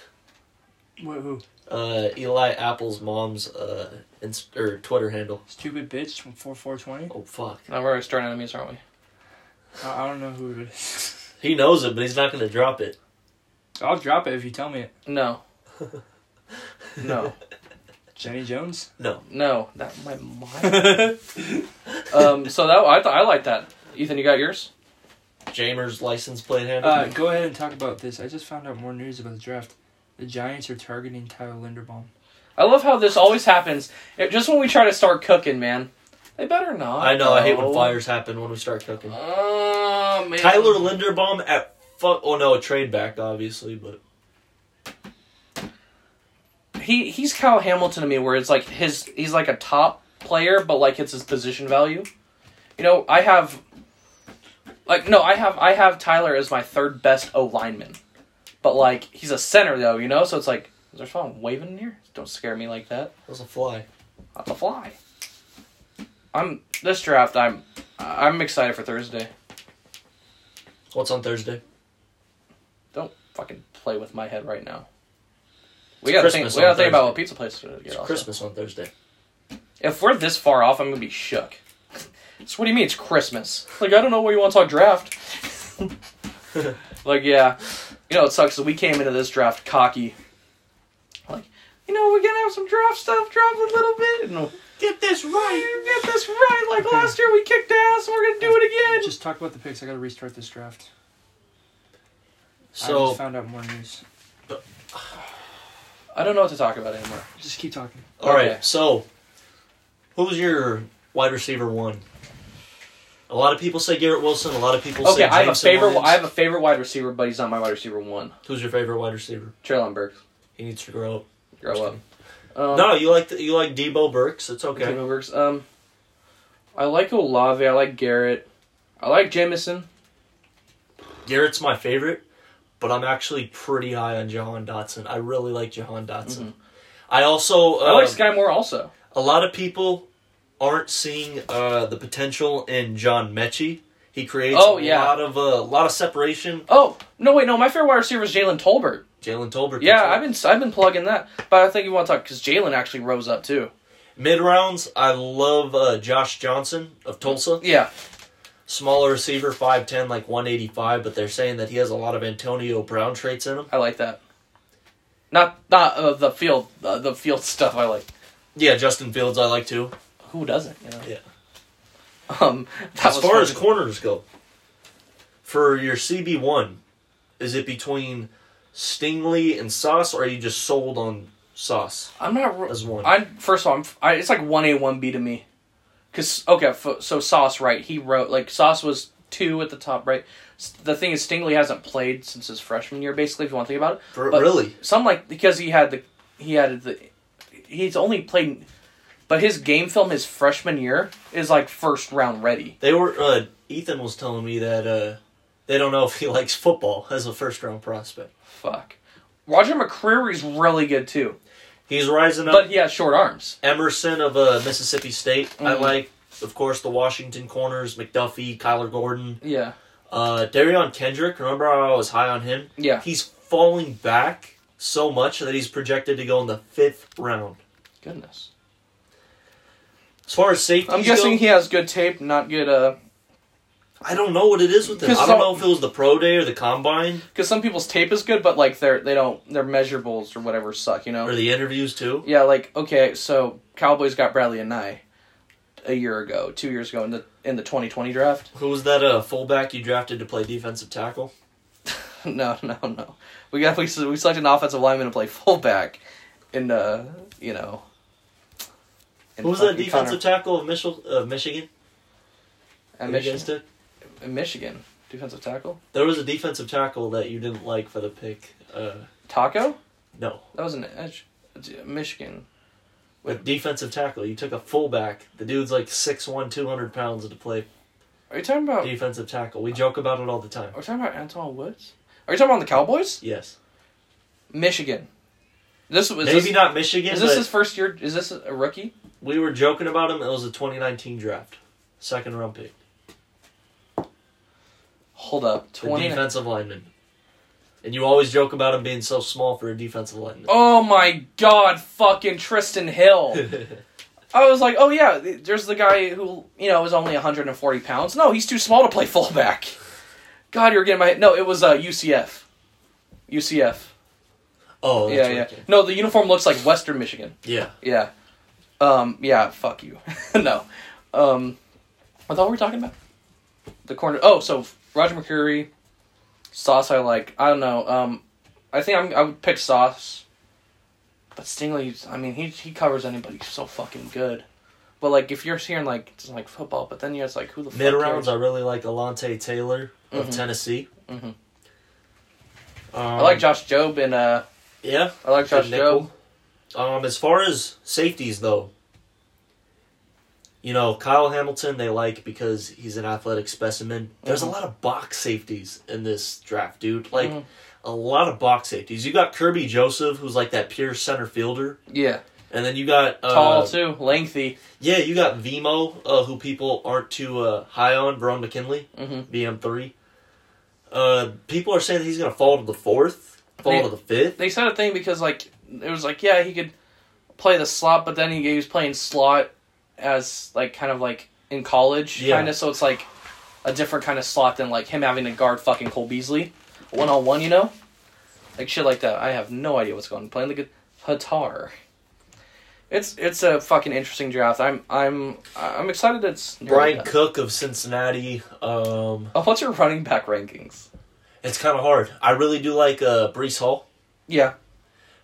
[SPEAKER 4] Woohoo.
[SPEAKER 2] Uh, Eli Apple's mom's uh, inst- or Twitter handle.
[SPEAKER 4] Stupid bitch from 4420.
[SPEAKER 2] Oh fuck,
[SPEAKER 1] no, we're stern enemies, aren't we?
[SPEAKER 4] I, I don't know who it is.
[SPEAKER 2] he knows it, but he's not gonna drop it.
[SPEAKER 4] I'll drop it if you tell me it.
[SPEAKER 1] No. No,
[SPEAKER 4] Jenny Jones?
[SPEAKER 1] no, that my mind. Um, so that I thought I like that. Ethan, you got yours?
[SPEAKER 2] Jamer's license plate handle.
[SPEAKER 4] Uh, go ahead and talk about this. I just found out more news about the draft. The Giants are targeting Tyler Linderbaum.
[SPEAKER 1] I love how this always happens. It, just when we try to start cooking, man, they better not.
[SPEAKER 2] I know. I hate when
[SPEAKER 1] though.
[SPEAKER 2] fires happen when we start cooking.
[SPEAKER 1] Oh man,
[SPEAKER 2] Tyler Linderbaum at fuck. Oh no, a trade back obviously, but
[SPEAKER 1] He he's Kyle Hamilton to me, where it's like his he's like a top player, but like it's his position value. You know, I have like no, I have I have Tyler as my third best O lineman, but like he's a center though, you know. So it's like is there someone waving in here? Don't scare me like that.
[SPEAKER 2] that was a fly.
[SPEAKER 1] That's a fly. I'm this draft. I'm I'm excited for Thursday.
[SPEAKER 2] What's on Thursday?
[SPEAKER 1] Don't fucking play with my head right now. We
[SPEAKER 2] It's
[SPEAKER 1] gotta think.
[SPEAKER 2] Christmas
[SPEAKER 1] We gotta
[SPEAKER 2] on
[SPEAKER 1] think
[SPEAKER 2] Thursday.
[SPEAKER 1] about what pizza place to get.
[SPEAKER 2] It's
[SPEAKER 1] also.
[SPEAKER 2] Christmas on Thursday.
[SPEAKER 1] If we're this far off, I'm gonna be shook. So what do you mean it's Christmas? Like I don't know why you want to talk draft. like yeah, you know it sucks that we came into this draft cocky. Like you know we're gonna have some draft stuff drop a little bit and we'll
[SPEAKER 2] Get this
[SPEAKER 1] get this right. Like
[SPEAKER 4] Okay.
[SPEAKER 1] last year we kicked ass and we're gonna do it again.
[SPEAKER 4] Just talk about the picks. I gotta restart this draft. I
[SPEAKER 2] So
[SPEAKER 4] just found out more news.
[SPEAKER 1] I don't know what to talk about anymore.
[SPEAKER 4] Just keep talking.
[SPEAKER 2] All right.
[SPEAKER 1] Okay.
[SPEAKER 2] So, who's your wide receiver one? A lot of people say Garrett Wilson. A lot of people
[SPEAKER 1] Okay,
[SPEAKER 2] say
[SPEAKER 1] I have a
[SPEAKER 2] Jameson
[SPEAKER 1] favorite.
[SPEAKER 2] Williams.
[SPEAKER 1] I have a favorite wide receiver, but he's not my wide receiver one.
[SPEAKER 2] Who's your favorite wide receiver?
[SPEAKER 1] Traylon Burks,
[SPEAKER 2] He needs to grow up.
[SPEAKER 1] grow up. Um,
[SPEAKER 2] no, you like the, you like Debo Burks. It's okay.
[SPEAKER 1] Timo Burks. Um, I like Olave. I like Garrett. I like Jamison.
[SPEAKER 2] Garrett's my favorite, but I'm actually pretty high on Jahan Dotson. I really like Jahan Dotson. I also uh,
[SPEAKER 1] Mm-hmm. I like Sky Moore also.
[SPEAKER 2] a lot of people aren't seeing uh, the potential in John Mechie. He creates
[SPEAKER 1] Oh,
[SPEAKER 2] a
[SPEAKER 1] yeah.
[SPEAKER 2] lot of a lot of separation.
[SPEAKER 1] Oh no, wait, no. My favorite wide receiver is Jalen Tolbert.
[SPEAKER 2] Jalen Tolbert.
[SPEAKER 1] Yeah, I've been I've been plugging that, but I think you want to talk because Jalen actually rose up too.
[SPEAKER 2] mid rounds. I love uh, Josh Johnson of Tulsa.
[SPEAKER 1] Yeah,
[SPEAKER 2] Smaller receiver, five ten, like one eighty five. But they're saying that he has a lot of Antonio Brown traits in him.
[SPEAKER 1] I like that. Not not uh, the field uh, the field stuff. I like.
[SPEAKER 2] Yeah, Justin Fields I like too.
[SPEAKER 1] Who doesn't? You know.
[SPEAKER 2] Yeah.
[SPEAKER 1] Um. That
[SPEAKER 2] as
[SPEAKER 1] was
[SPEAKER 2] far as
[SPEAKER 1] funny.
[SPEAKER 2] corners go, for your CB one, is it between Stingley and Sauce, or are you just sold on Sauce
[SPEAKER 1] I'm not. re-
[SPEAKER 2] as one?
[SPEAKER 1] I'm first of all, I'm, I, it's like one A, one B to me. Cause okay, f- so Sauce right? He wrote like Sauce was two at the top right. S- The thing is, Stingley hasn't played since his freshman year. Basically, if you want to think about it,
[SPEAKER 2] For-
[SPEAKER 1] but-
[SPEAKER 2] really?
[SPEAKER 1] some like because he had the he had the he's only played, but his game film his freshman year is like first round ready.
[SPEAKER 2] They were. Uh, Ethan was telling me that uh, they don't know if he likes football as a first round prospect.
[SPEAKER 1] Fuck, Roger McCreary's really good too,
[SPEAKER 2] He's rising up.
[SPEAKER 1] but he has short arms.
[SPEAKER 2] Emerson of uh, Mississippi State. I
[SPEAKER 1] Mhm.
[SPEAKER 2] like, of course, the Washington corners, McDuffie, Kyler Gordon,
[SPEAKER 1] Yeah,
[SPEAKER 2] uh, Darion Kendrick. Remember how I was high on him?
[SPEAKER 1] yeah.
[SPEAKER 2] He's falling back so much that he's projected to go in the fifth round.
[SPEAKER 1] Goodness.
[SPEAKER 2] As far as safety,
[SPEAKER 1] I'm guessing he has good tape, not good uh
[SPEAKER 2] I don't know what it is with him.
[SPEAKER 1] 'Cause
[SPEAKER 2] I don't
[SPEAKER 1] all-
[SPEAKER 2] know if it was the pro day or the combine
[SPEAKER 1] because some people's tape is good, but like they're they don't their measurables or whatever suck, you know.
[SPEAKER 2] or the interviews too.
[SPEAKER 1] Yeah, like okay, so Cowboys got Bradley and Nye a year ago, two years ago in the in the 2020 draft.
[SPEAKER 2] Who was that uh, fullback you drafted to play defensive tackle?
[SPEAKER 1] no, no, no. We got we, we selected an offensive lineman to play fullback, and uh, you know. in
[SPEAKER 2] Who was
[SPEAKER 1] fucking
[SPEAKER 2] that defensive tackle of Michel, uh, Michigan?
[SPEAKER 1] Connor- in
[SPEAKER 2] that you guys
[SPEAKER 1] Michigan,
[SPEAKER 2] took?
[SPEAKER 1] in Michigan defensive tackle
[SPEAKER 2] There was a defensive tackle that you didn't like for the pick. Uh,
[SPEAKER 1] Taco.
[SPEAKER 2] no,
[SPEAKER 1] That was an edge. Michigan.
[SPEAKER 2] a defensive tackle. You took a fullback. The dude's like 6'1", 200 pounds to play
[SPEAKER 1] Are you talking about?
[SPEAKER 2] defensive tackle. We joke about it all the time.
[SPEAKER 1] Are you talking about Anton Woods? Are you talking about the Cowboys?
[SPEAKER 2] Yes,
[SPEAKER 1] Michigan. This was
[SPEAKER 2] maybe
[SPEAKER 1] this,
[SPEAKER 2] not Michigan.
[SPEAKER 1] Is this
[SPEAKER 2] but-
[SPEAKER 1] his first year? Is this a rookie?
[SPEAKER 2] We were joking about him. It was a 2019 draft, second round pick,
[SPEAKER 1] Hold up,
[SPEAKER 2] the
[SPEAKER 1] twenty.
[SPEAKER 2] defensive lineman. And you always joke about him being so small for a defensive lineman.
[SPEAKER 1] Oh my god, fucking Tristan Hill. I was like, oh yeah, th- there's the guy who you know is only 140 pounds. No, he's too small to play fullback. God, you're getting my no. It was uh, UCF. UCF.
[SPEAKER 2] oh, that's
[SPEAKER 1] yeah,
[SPEAKER 2] right.
[SPEAKER 1] yeah. No, the uniform looks like Western Michigan.
[SPEAKER 2] yeah.
[SPEAKER 1] Yeah. Um, yeah, fuck you. no. Um, I thought we were talking about the corner. Oh, so Roger McCurry, Sauce. I like. I don't know. Um, I think I'm. I would pick Sauce, but Stingley. I mean, he he covers anybody so fucking good. But like, if you're hearing like it's like football, but then you're just like, who the fuck
[SPEAKER 2] Mid rounds, I
[SPEAKER 1] cares?
[SPEAKER 2] really like Alante Taylor of
[SPEAKER 1] Mhm.
[SPEAKER 2] Tennessee.
[SPEAKER 1] Mhm.
[SPEAKER 2] Um,
[SPEAKER 1] I like Josh Job and uh,
[SPEAKER 2] Yeah,
[SPEAKER 1] I like Josh
[SPEAKER 2] Good nickel.
[SPEAKER 1] Job.
[SPEAKER 2] Um, as far as safeties though, you know Kyle Hamilton they like because he's an athletic specimen. There's a
[SPEAKER 1] Mhm.
[SPEAKER 2] lot of box safeties in this draft, dude. Like
[SPEAKER 1] Mhm.
[SPEAKER 2] a lot of box safeties. You got Kirby Joseph, who's like that pure center fielder,
[SPEAKER 1] Yeah,
[SPEAKER 2] and then you got uh,
[SPEAKER 1] tall too, lengthy.
[SPEAKER 2] Yeah, you got Vimo, uh, who people aren't too uh, high on. Veron McKinley,
[SPEAKER 1] hmm
[SPEAKER 2] VM three. Uh, people are saying that he's gonna fall to the fourth, fall
[SPEAKER 1] They-
[SPEAKER 2] to the fifth.
[SPEAKER 1] they said a thing because like it was like yeah he could play the slot but then he, he was playing slot as like kind of like in college
[SPEAKER 2] Yeah.
[SPEAKER 1] kind of so it's like a different kind of slot than like him having to guard fucking Cole Beasley one on one you know like shit like that I have no idea what's going on playing the good Hatar it's it's a fucking interesting draft I'm I'm I'm excited it's
[SPEAKER 2] Brian Cook of Cincinnati. Um,
[SPEAKER 1] oh, what's your running back rankings
[SPEAKER 2] It's kind of hard. I really do like uh, Brees Hall.
[SPEAKER 1] yeah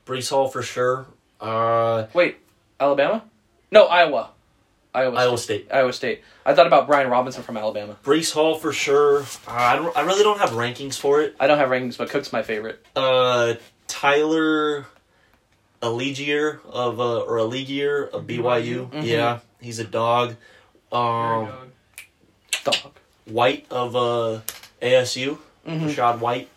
[SPEAKER 2] Brees Hall for sure. Uh,
[SPEAKER 1] wait Alabama no Iowa Iowa,
[SPEAKER 2] Iowa
[SPEAKER 1] State.
[SPEAKER 2] State.
[SPEAKER 1] Iowa State. I thought about Brian Robinson from Alabama.
[SPEAKER 2] Brees Hall for sure. Uh, I, don't, I really don't have rankings for it.
[SPEAKER 1] I don't have rankings, but Cook's my favorite.
[SPEAKER 2] Uh, Tyler Allegier of uh, or Allegier of BYU.
[SPEAKER 1] Mhm.
[SPEAKER 2] Yeah, he's a dog. Um,
[SPEAKER 1] Dog.
[SPEAKER 2] White of uh, ASU.
[SPEAKER 1] Mhm.
[SPEAKER 2] Rashad White.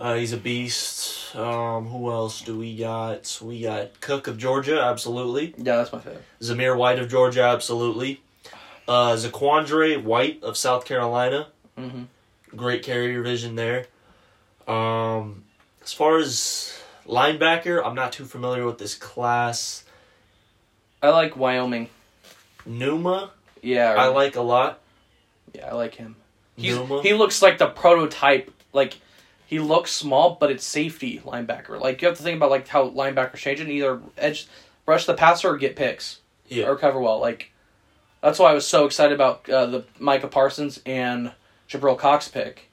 [SPEAKER 2] Uh, he's a beast. Um, who else do we got? We got Cook of Georgia, absolutely.
[SPEAKER 1] Yeah, that's my favorite.
[SPEAKER 2] Zamir White of Georgia, absolutely. Uh, Zaquandre White of South Carolina,
[SPEAKER 1] Mm-hmm.
[SPEAKER 2] great carrier vision there. Um, as far as linebacker, I'm not too familiar with this class.
[SPEAKER 1] I like Wyoming.
[SPEAKER 2] Numa,
[SPEAKER 1] Yeah,
[SPEAKER 2] I like a lot.
[SPEAKER 1] yeah, I like him. He's,
[SPEAKER 2] Numa,
[SPEAKER 1] he looks like the prototype. Like he looks small, but it's safety linebacker. Like you have to think about like how linebackers change and either edge, rush the passer or get picks
[SPEAKER 2] yeah.
[SPEAKER 1] or cover well. Like that's why I was so excited about uh, the Micah Parsons and Jabril Cox pick.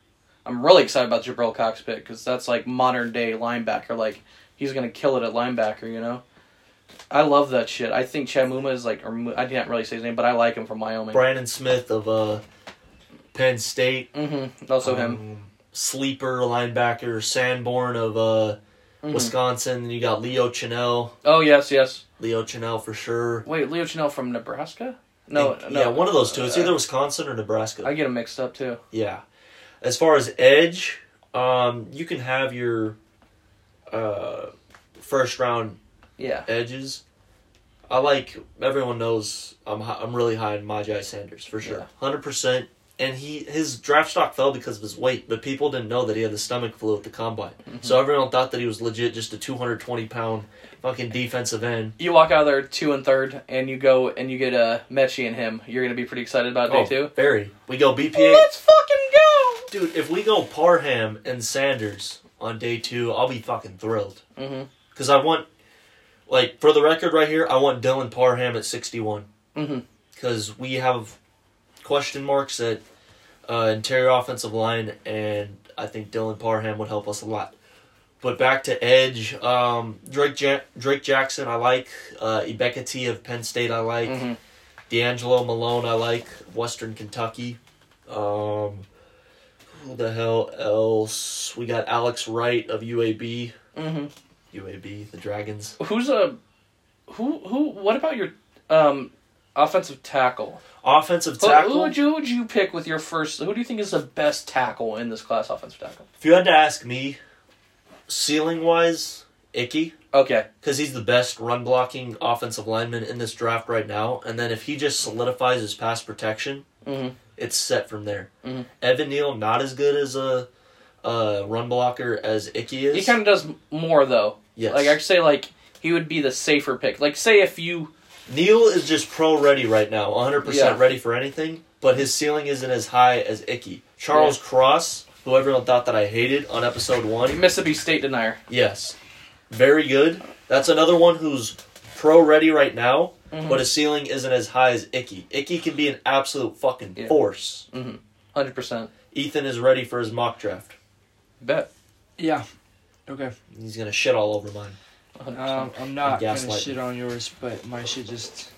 [SPEAKER 1] I'm really excited about Jabril Cox pick because that's like modern day linebacker. Like he's gonna kill it at linebacker. You know. I love that shit. I think Chad Muma is like, or Mu- I can't really say his name, but I like him from Wyoming.
[SPEAKER 2] Brandon Smith of uh, Penn State.
[SPEAKER 1] Mm-hmm. Also him.
[SPEAKER 2] Um, Sleeper linebacker Sanborn of uh,
[SPEAKER 1] Mhm.
[SPEAKER 2] Wisconsin. Then you got Leo Chinell.
[SPEAKER 1] Oh yes, yes.
[SPEAKER 2] Leo Chinell for sure.
[SPEAKER 1] Wait, Leo Chanel from Nebraska? No,
[SPEAKER 2] Think-
[SPEAKER 1] no.
[SPEAKER 2] yeah, one of those two. It's
[SPEAKER 1] Uh,
[SPEAKER 2] either Wisconsin or Nebraska.
[SPEAKER 1] I get them mixed up too.
[SPEAKER 2] yeah. As far as edge, um, you can have your uh, first round
[SPEAKER 1] Yeah.
[SPEAKER 2] edges. I like everyone knows I'm hi- I'm really high in Majai Sanders for
[SPEAKER 1] Yeah.
[SPEAKER 2] sure, hundred percent. And he his draft stock fell because of his weight, but people didn't know that he had the stomach flu at the combine. So everyone thought that he was legit, just a two hundred twenty pound fucking defensive end.
[SPEAKER 1] You walk out of there two and third, and you go and you get uh, Mechie and him. You're gonna be pretty excited about day two.
[SPEAKER 2] very. Oh, We go BPA,
[SPEAKER 1] Let's fucking go.
[SPEAKER 2] dude. If we go Parham and Sanders on day two, I'll be fucking thrilled
[SPEAKER 1] Mm-hmm.
[SPEAKER 2] because I want, like, for the record right here, I want Dylan Parham at sixty one.
[SPEAKER 1] Mm-hmm.
[SPEAKER 2] because we have question marks at uh, interior offensive line, and I think Dylan Parham would help us a lot. But back to edge, um, Drake ja- Drake Jackson I like, uh, Ibeka T of Penn State I like,
[SPEAKER 1] Mm-hmm.
[SPEAKER 2] D'Angelo Malone I like, Western Kentucky. Um, who the hell else? We got Alex Wright of UAB,
[SPEAKER 1] Mm-hmm.
[SPEAKER 2] UAB the Dragons.
[SPEAKER 1] Who's a who? Who? What about your um offensive tackle?
[SPEAKER 2] Offensive
[SPEAKER 1] Who-
[SPEAKER 2] tackle.
[SPEAKER 1] Who, would you, who would you pick with your first? Who do you think is the best tackle in this class? Offensive tackle.
[SPEAKER 2] If you had to ask me, ceiling wise, Icky,
[SPEAKER 1] Okay.
[SPEAKER 2] because he's the best run blocking offensive lineman in this draft right now. And then if he just solidifies his pass protection,
[SPEAKER 1] Mm-hmm.
[SPEAKER 2] it's set from there.
[SPEAKER 1] Mhm.
[SPEAKER 2] Evan Neal, not as good as a, a run blocker as Icky is.
[SPEAKER 1] He kind of does more though.
[SPEAKER 2] yes.
[SPEAKER 1] Like I'd say, like he would be the safer pick. Like say if you
[SPEAKER 2] Neal is just pro ready right now, 100%
[SPEAKER 1] Yeah.
[SPEAKER 2] ready for anything, but his ceiling isn't as high as Icky. Charles Cross, who everyone thought that I hated on episode one,
[SPEAKER 1] Mississippi State denier.
[SPEAKER 2] Yes. Very good. That's another one who's pro ready right now,
[SPEAKER 4] Mm-hmm.
[SPEAKER 1] Mhm.
[SPEAKER 2] but his ceiling isn't as high as Icky. Icky can be an absolute fucking
[SPEAKER 1] Yeah.
[SPEAKER 2] force.
[SPEAKER 1] Hundred percent.
[SPEAKER 2] Ethan is ready for his mock draft.
[SPEAKER 1] Bet.
[SPEAKER 4] Yeah. Okay.
[SPEAKER 2] He's gonna shit all over mine.
[SPEAKER 1] 100%.
[SPEAKER 4] Um, I'm not gonna
[SPEAKER 2] Gaslighting.
[SPEAKER 4] shit on yours, but my shit just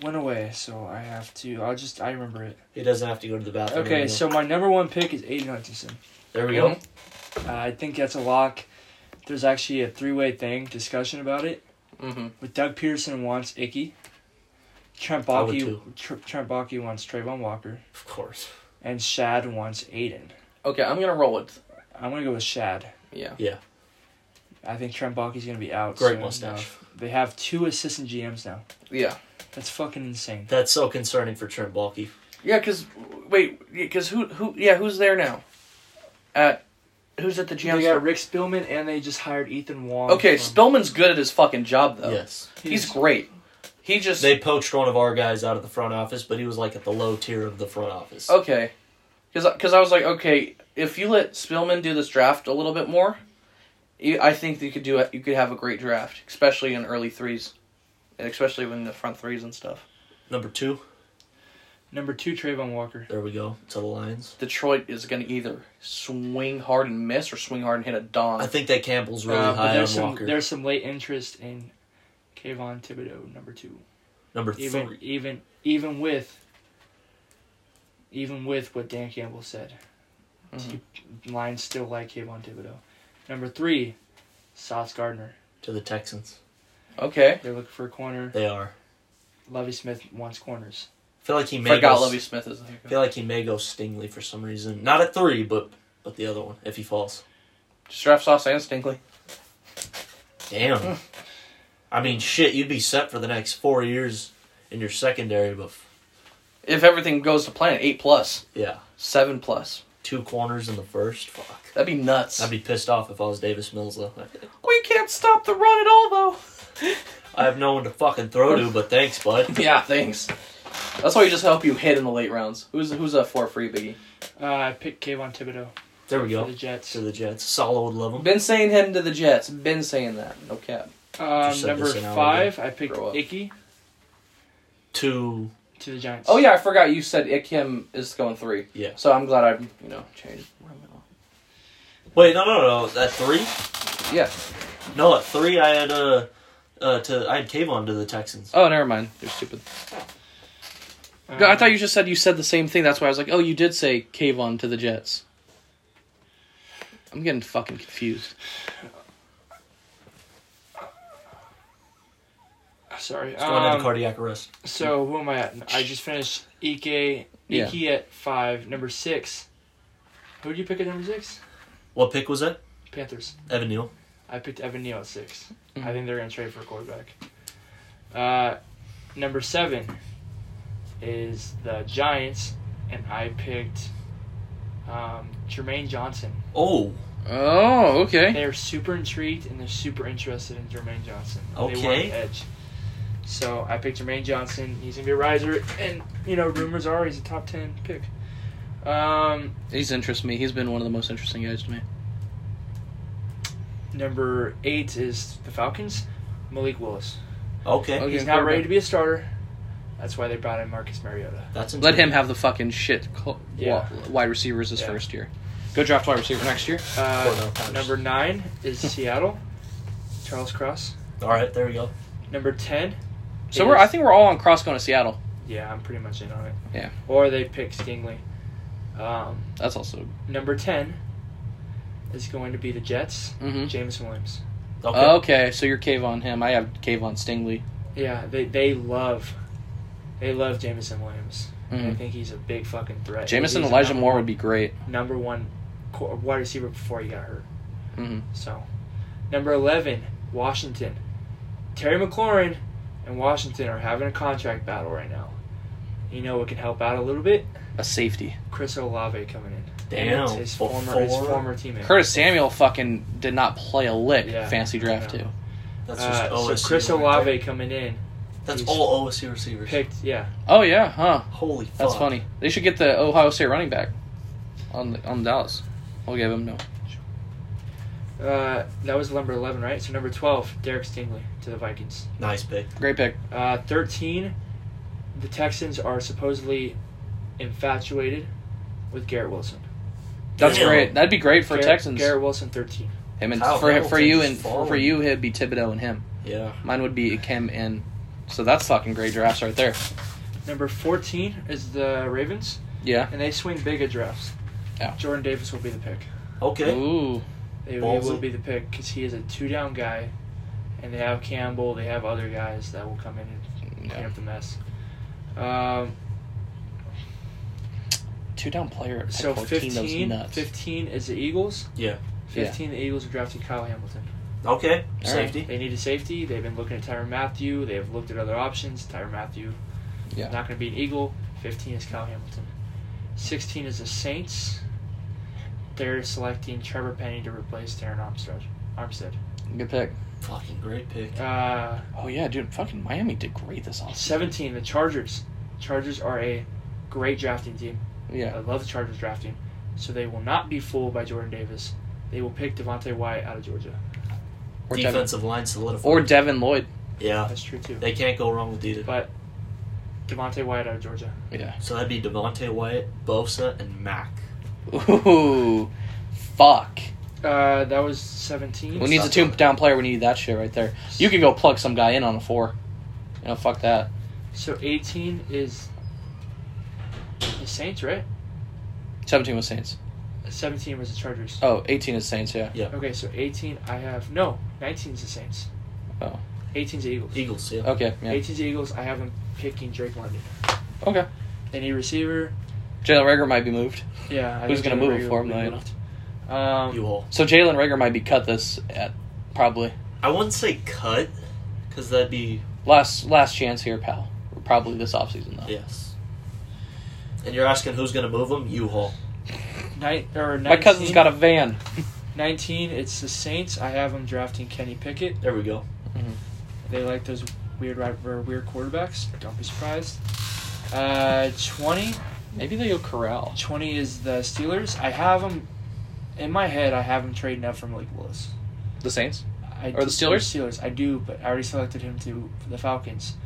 [SPEAKER 4] went away, so I have to. I'll just. I remember it.
[SPEAKER 2] He doesn't have to go to the bathroom.
[SPEAKER 4] Okay,
[SPEAKER 2] anymore.
[SPEAKER 4] so my number one pick is Aiden Hutchinson.
[SPEAKER 2] there we go.
[SPEAKER 1] Mhm.
[SPEAKER 4] Uh, I think that's a lock. There's actually a three-way thing discussion about it.
[SPEAKER 1] hmm
[SPEAKER 4] But Doug Peterson wants Icky. Trent
[SPEAKER 2] I would
[SPEAKER 4] Baalke,
[SPEAKER 2] too.
[SPEAKER 4] Tr- Trent Baalke wants Trayvon Walker,
[SPEAKER 2] Of course.
[SPEAKER 4] and Shad wants Aiden.
[SPEAKER 1] Okay, I'm gonna roll with.
[SPEAKER 4] I'm gonna go with Shad.
[SPEAKER 1] Yeah.
[SPEAKER 4] I think Trent Baalke's gonna be out.
[SPEAKER 2] Great
[SPEAKER 4] soon
[SPEAKER 2] mustache.
[SPEAKER 4] enough. They have two assistant GMs now.
[SPEAKER 1] Yeah.
[SPEAKER 4] That's fucking insane.
[SPEAKER 2] That's so concerning for Trent Baalke.
[SPEAKER 1] Yeah. Cause wait. yeah, Cause who? Who? Yeah. Who's there now? At who's at the GM?
[SPEAKER 4] They got Rick Spillman, and they just hired Ethan Wong.
[SPEAKER 1] okay,
[SPEAKER 4] from-
[SPEAKER 1] Spillman's good at his fucking job
[SPEAKER 4] Oh.
[SPEAKER 1] though.
[SPEAKER 2] Yes.
[SPEAKER 1] He's great. He just.
[SPEAKER 2] They poached one of our guys out of the front office, but he was like at the low tier of the front office.
[SPEAKER 4] Oh.
[SPEAKER 1] Okay. Because I was like, okay, if you let Spillman do this draft a little bit more, you, I think that you could do it. You could have a great draft, especially in early threes, and especially when the front threes and stuff.
[SPEAKER 2] Number two,
[SPEAKER 4] Number two, Trayvon Walker.
[SPEAKER 2] there we go, to the Lions.
[SPEAKER 1] Detroit is going to either swing hard and miss or swing hard and hit a dong.
[SPEAKER 2] I think that Campbell's really
[SPEAKER 4] Uh, but
[SPEAKER 2] high on
[SPEAKER 4] there's some
[SPEAKER 2] Walker.
[SPEAKER 4] there's some late interest in Kayvon Thibodeau, number two.
[SPEAKER 2] Number
[SPEAKER 4] even
[SPEAKER 2] three.
[SPEAKER 4] even even with even with what Dan Campbell said,
[SPEAKER 1] Mhm.
[SPEAKER 4] you- Lions still like Kayvon Thibodeau. Number three, Sauce Gardner.
[SPEAKER 2] To the Texans.
[SPEAKER 1] Okay.
[SPEAKER 4] They're looking for a corner.
[SPEAKER 2] They are.
[SPEAKER 4] Lovey Smith wants corners.
[SPEAKER 2] I feel like he may
[SPEAKER 1] Forgot
[SPEAKER 2] go,
[SPEAKER 1] Lovey Smith is
[SPEAKER 2] I
[SPEAKER 1] there.
[SPEAKER 2] feel like he may go Stingley for some reason. Not at three, but but the other one if he falls.
[SPEAKER 1] Just draft Sauce and Stinkley.
[SPEAKER 2] Damn. I mean, shit. You'd be set for the next four years in your secondary, but f-
[SPEAKER 1] If everything goes to plan, eight plus,
[SPEAKER 2] yeah,
[SPEAKER 1] seven plus.
[SPEAKER 2] two corners in the first. Fuck.
[SPEAKER 1] That'd be nuts.
[SPEAKER 2] I'd be pissed off if I was Davis Mills though.
[SPEAKER 1] we can't stop the run at all, though.
[SPEAKER 2] I have no one to fucking throw to, but thanks, bud.
[SPEAKER 1] yeah, thanks. That's why we just help you hit in the late rounds. Who's who's a four free biggie?
[SPEAKER 4] Uh, I picked Kayvon Thibodeau
[SPEAKER 2] There we
[SPEAKER 4] for
[SPEAKER 2] go.
[SPEAKER 4] the Jets.
[SPEAKER 2] To the Jets. Solo would love him.
[SPEAKER 1] Been saying him to the Jets. Been saying that. No cap.
[SPEAKER 4] Um,
[SPEAKER 2] said
[SPEAKER 4] number
[SPEAKER 2] this an hour
[SPEAKER 4] five, I picked
[SPEAKER 1] Grow up.
[SPEAKER 4] Icky
[SPEAKER 2] Two.
[SPEAKER 4] to the Giants.
[SPEAKER 1] Oh yeah, I forgot you said Ick him is going three.
[SPEAKER 2] Yeah.
[SPEAKER 1] So I'm glad I you know changed.
[SPEAKER 2] Wait, no, no, no. At three?
[SPEAKER 1] Yeah.
[SPEAKER 2] No, at three I had uh, uh to I had Kayvon to the Texans.
[SPEAKER 1] Oh, never mind. They're stupid.
[SPEAKER 4] Um,
[SPEAKER 1] No, I thought you just said you said the same thing. That's why I was like, oh, you did say Kayvon to the Jets. I'm getting fucking confused.
[SPEAKER 4] ah, Sorry.
[SPEAKER 2] He's going into
[SPEAKER 4] Um,
[SPEAKER 2] cardiac arrest.
[SPEAKER 4] So who am I at? I just finished Ike
[SPEAKER 1] Yeah.
[SPEAKER 4] Ike at five. Number six. Who did you pick at number six?
[SPEAKER 2] What pick was that?
[SPEAKER 4] Panthers.
[SPEAKER 2] Evan Neal.
[SPEAKER 4] I picked Evan Neal at 6
[SPEAKER 1] Mhm.
[SPEAKER 4] I think they're gonna trade for a quarterback. Uh, number seven is the Giants, and I picked um, Jermaine Johnson.
[SPEAKER 2] Oh,
[SPEAKER 1] Oh, okay.
[SPEAKER 4] They're super intrigued and they're super interested in Jermaine Johnson. They want
[SPEAKER 2] Okay.
[SPEAKER 4] an edge. So I picked Jermaine Johnson. He's gonna be a riser, and you know, rumors are he's a top ten pick. Um,
[SPEAKER 1] He's interests me. He's been one of the most interesting guys to me.
[SPEAKER 4] number eight is the Falcons, Malik Willis.
[SPEAKER 2] okay.
[SPEAKER 1] Okay.
[SPEAKER 4] He's not ready to be a starter. That's why they brought in Marcus Mariota.
[SPEAKER 2] That's
[SPEAKER 1] Let him
[SPEAKER 2] intriguing.
[SPEAKER 1] have the fucking shit co-
[SPEAKER 4] Yeah.
[SPEAKER 1] wa- wide receivers his
[SPEAKER 4] Yeah.
[SPEAKER 1] first year. Go draft wide receiver next year.
[SPEAKER 4] Uh,
[SPEAKER 2] Four no-counters.
[SPEAKER 4] number nine is Seattle, Charles Cross.
[SPEAKER 2] All right, there we go.
[SPEAKER 4] Number ten.
[SPEAKER 1] So we're I
[SPEAKER 4] is-
[SPEAKER 1] think we're all on cross going to Seattle.
[SPEAKER 4] yeah, I'm pretty much in on it.
[SPEAKER 1] Yeah.
[SPEAKER 4] Or they pick Stingley. Um,
[SPEAKER 1] That's also.
[SPEAKER 4] Number 10 is going to be the Jets,
[SPEAKER 1] hmm
[SPEAKER 4] James Williams.
[SPEAKER 2] Okay.
[SPEAKER 1] Okay. so you're cave on him. I have cave on Stingley.
[SPEAKER 4] Yeah, they, they love they love Jamison Williams. I
[SPEAKER 1] Mhm.
[SPEAKER 4] think he's a big fucking threat.
[SPEAKER 1] Jameson
[SPEAKER 4] Mm-hmm. He's the
[SPEAKER 1] Elijah
[SPEAKER 4] number
[SPEAKER 1] Moore
[SPEAKER 4] one-
[SPEAKER 1] would be great.
[SPEAKER 4] number one co- wide receiver before he got hurt. Mm-hmm.
[SPEAKER 1] hmm
[SPEAKER 4] So, number 11, Washington. Terry McLaurin and Washington are having a contract battle right now. You know what can help out a little bit?
[SPEAKER 1] A safety.
[SPEAKER 4] Chris Olave coming in.
[SPEAKER 2] Damn.
[SPEAKER 4] And His former, his
[SPEAKER 2] Before-
[SPEAKER 4] former teammate.
[SPEAKER 1] Curtis Samuel fucking did not play a lick.
[SPEAKER 4] Yeah.
[SPEAKER 1] Fancy draft
[SPEAKER 4] Yeah.
[SPEAKER 1] too.
[SPEAKER 2] That's just
[SPEAKER 4] Uh,
[SPEAKER 2] OSU.
[SPEAKER 4] so Chris
[SPEAKER 2] right
[SPEAKER 4] Olave
[SPEAKER 2] there.
[SPEAKER 4] coming in,
[SPEAKER 2] That's all OSU receivers.
[SPEAKER 4] picked, yeah,
[SPEAKER 1] Oh yeah, huh?
[SPEAKER 2] Holy fuck.
[SPEAKER 1] That's funny. They should get the Ohio State running back on the, on Dallas. I'll give him no.
[SPEAKER 4] Uh, that was number 11, right? So number 12, Derek Stingley to the Vikings.
[SPEAKER 2] Nice pick.
[SPEAKER 1] Great pick.
[SPEAKER 4] Uh, 13, the Texans are supposedly infatuated with Garrett Wilson.
[SPEAKER 1] That's
[SPEAKER 2] Damn.
[SPEAKER 1] great. That'd be great for
[SPEAKER 4] Garrett,
[SPEAKER 1] Texans.
[SPEAKER 4] Garrett Wilson, 13.
[SPEAKER 1] Him and
[SPEAKER 2] Kyle
[SPEAKER 1] for for you
[SPEAKER 2] Hamilton's
[SPEAKER 1] and
[SPEAKER 2] falling.
[SPEAKER 1] for you, it'd be Thibodeau and him.
[SPEAKER 2] Yeah.
[SPEAKER 1] Mine would be Kim and. So that's fucking great drafts right there.
[SPEAKER 4] Number 14 is the Ravens,
[SPEAKER 1] Yeah.
[SPEAKER 4] and they swing big at drafts.
[SPEAKER 1] Yeah.
[SPEAKER 4] Jordan Davis will be the pick.
[SPEAKER 2] Okay.
[SPEAKER 1] Ooh.
[SPEAKER 4] They, he
[SPEAKER 2] Ballsy.
[SPEAKER 4] will be the pick because he is a two down guy, and they have Campbell, they have other guys that will come in and clean
[SPEAKER 1] Yeah.
[SPEAKER 4] up the mess. Um,
[SPEAKER 1] Two down player at pick
[SPEAKER 4] So
[SPEAKER 1] 14. that was
[SPEAKER 4] 15,
[SPEAKER 1] nuts.
[SPEAKER 4] 15 is the Eagles.
[SPEAKER 2] Yeah.
[SPEAKER 4] 15, the Eagles have drafted Kyle Hamilton.
[SPEAKER 2] Okay.
[SPEAKER 1] right.
[SPEAKER 2] Safety.
[SPEAKER 4] They need a safety. They've been looking at Tyron Matthew. They've looked at other options. Tyron Matthew,
[SPEAKER 1] Yeah.
[SPEAKER 4] not going to be an Eagle. 15 is Kyle Hamilton. 16 is the Saints. They're selecting Trevor Penny to replace Darren Armstead. Armstead.
[SPEAKER 1] Good pick.
[SPEAKER 2] Fucking great pick.
[SPEAKER 4] Uh,
[SPEAKER 1] Oh yeah, dude. Fucking Miami did great this offseason.
[SPEAKER 4] 17, the Chargers. Chargers are a great drafting team. I
[SPEAKER 1] Yeah.
[SPEAKER 4] love the Chargers drafting. So they will not be fooled by Jordan Davis. They will pick Devontae Wyatt out of Georgia.
[SPEAKER 1] Or Devin,
[SPEAKER 2] Defensive line solidified.
[SPEAKER 1] or Devin Lloyd.
[SPEAKER 2] yeah.
[SPEAKER 4] That's true too.
[SPEAKER 2] They can't go wrong with either.
[SPEAKER 4] But Devontae Wyatt out of Georgia.
[SPEAKER 1] Yeah.
[SPEAKER 2] So that'd be Devontae Wyatt, Bosa, and Mack.
[SPEAKER 1] Ooh. Fuck.
[SPEAKER 4] Uh, that was 17.
[SPEAKER 1] We need a two down player. We need that shit right there. You can go plug some guy in on a four. You know, fuck that.
[SPEAKER 4] So 18 is the Saints, right?
[SPEAKER 1] 17 was Saints.
[SPEAKER 4] 17 was the Chargers.
[SPEAKER 1] Oh, 18 is Saints, yeah.
[SPEAKER 2] Yeah.
[SPEAKER 4] Okay, so 18 I have no. 19 is the Saints.
[SPEAKER 1] Oh.
[SPEAKER 4] 18's the Eagles.
[SPEAKER 2] Eagles, yeah.
[SPEAKER 1] Okay, yeah.
[SPEAKER 4] 18's the Eagles. I have them picking Drake London.
[SPEAKER 1] Okay.
[SPEAKER 4] Any receiver?
[SPEAKER 1] Jalen Rager might be moved.
[SPEAKER 4] Yeah. I
[SPEAKER 1] Who's
[SPEAKER 4] think
[SPEAKER 1] gonna move
[SPEAKER 4] Rager
[SPEAKER 1] for him,
[SPEAKER 4] will be
[SPEAKER 1] though?
[SPEAKER 4] moved. Um,
[SPEAKER 2] You all.
[SPEAKER 1] So Jalen Rager might be cut this at probably
[SPEAKER 2] I wouldn't say cut, because that'd be
[SPEAKER 1] last last chance here, pal. Probably this offseason though.
[SPEAKER 2] yes. And you're asking who's gonna move him? U-Haul.
[SPEAKER 4] Nine, or 19,
[SPEAKER 1] My cousin's got a van.
[SPEAKER 4] 19, it's the Saints. I have them drafting Kenny Pickett.
[SPEAKER 2] There we go.
[SPEAKER 4] They like those weird ri- or weird quarterbacks. Don't be surprised. Uh, 20.
[SPEAKER 1] Maybe they'll corral.
[SPEAKER 4] 20 is the Steelers. I have them, in my head, I have them trading up for Malik Willis.
[SPEAKER 1] The Saints?
[SPEAKER 4] I
[SPEAKER 1] Or the Steelers?
[SPEAKER 4] Steelers. I do, but I already selected him to the Falcons.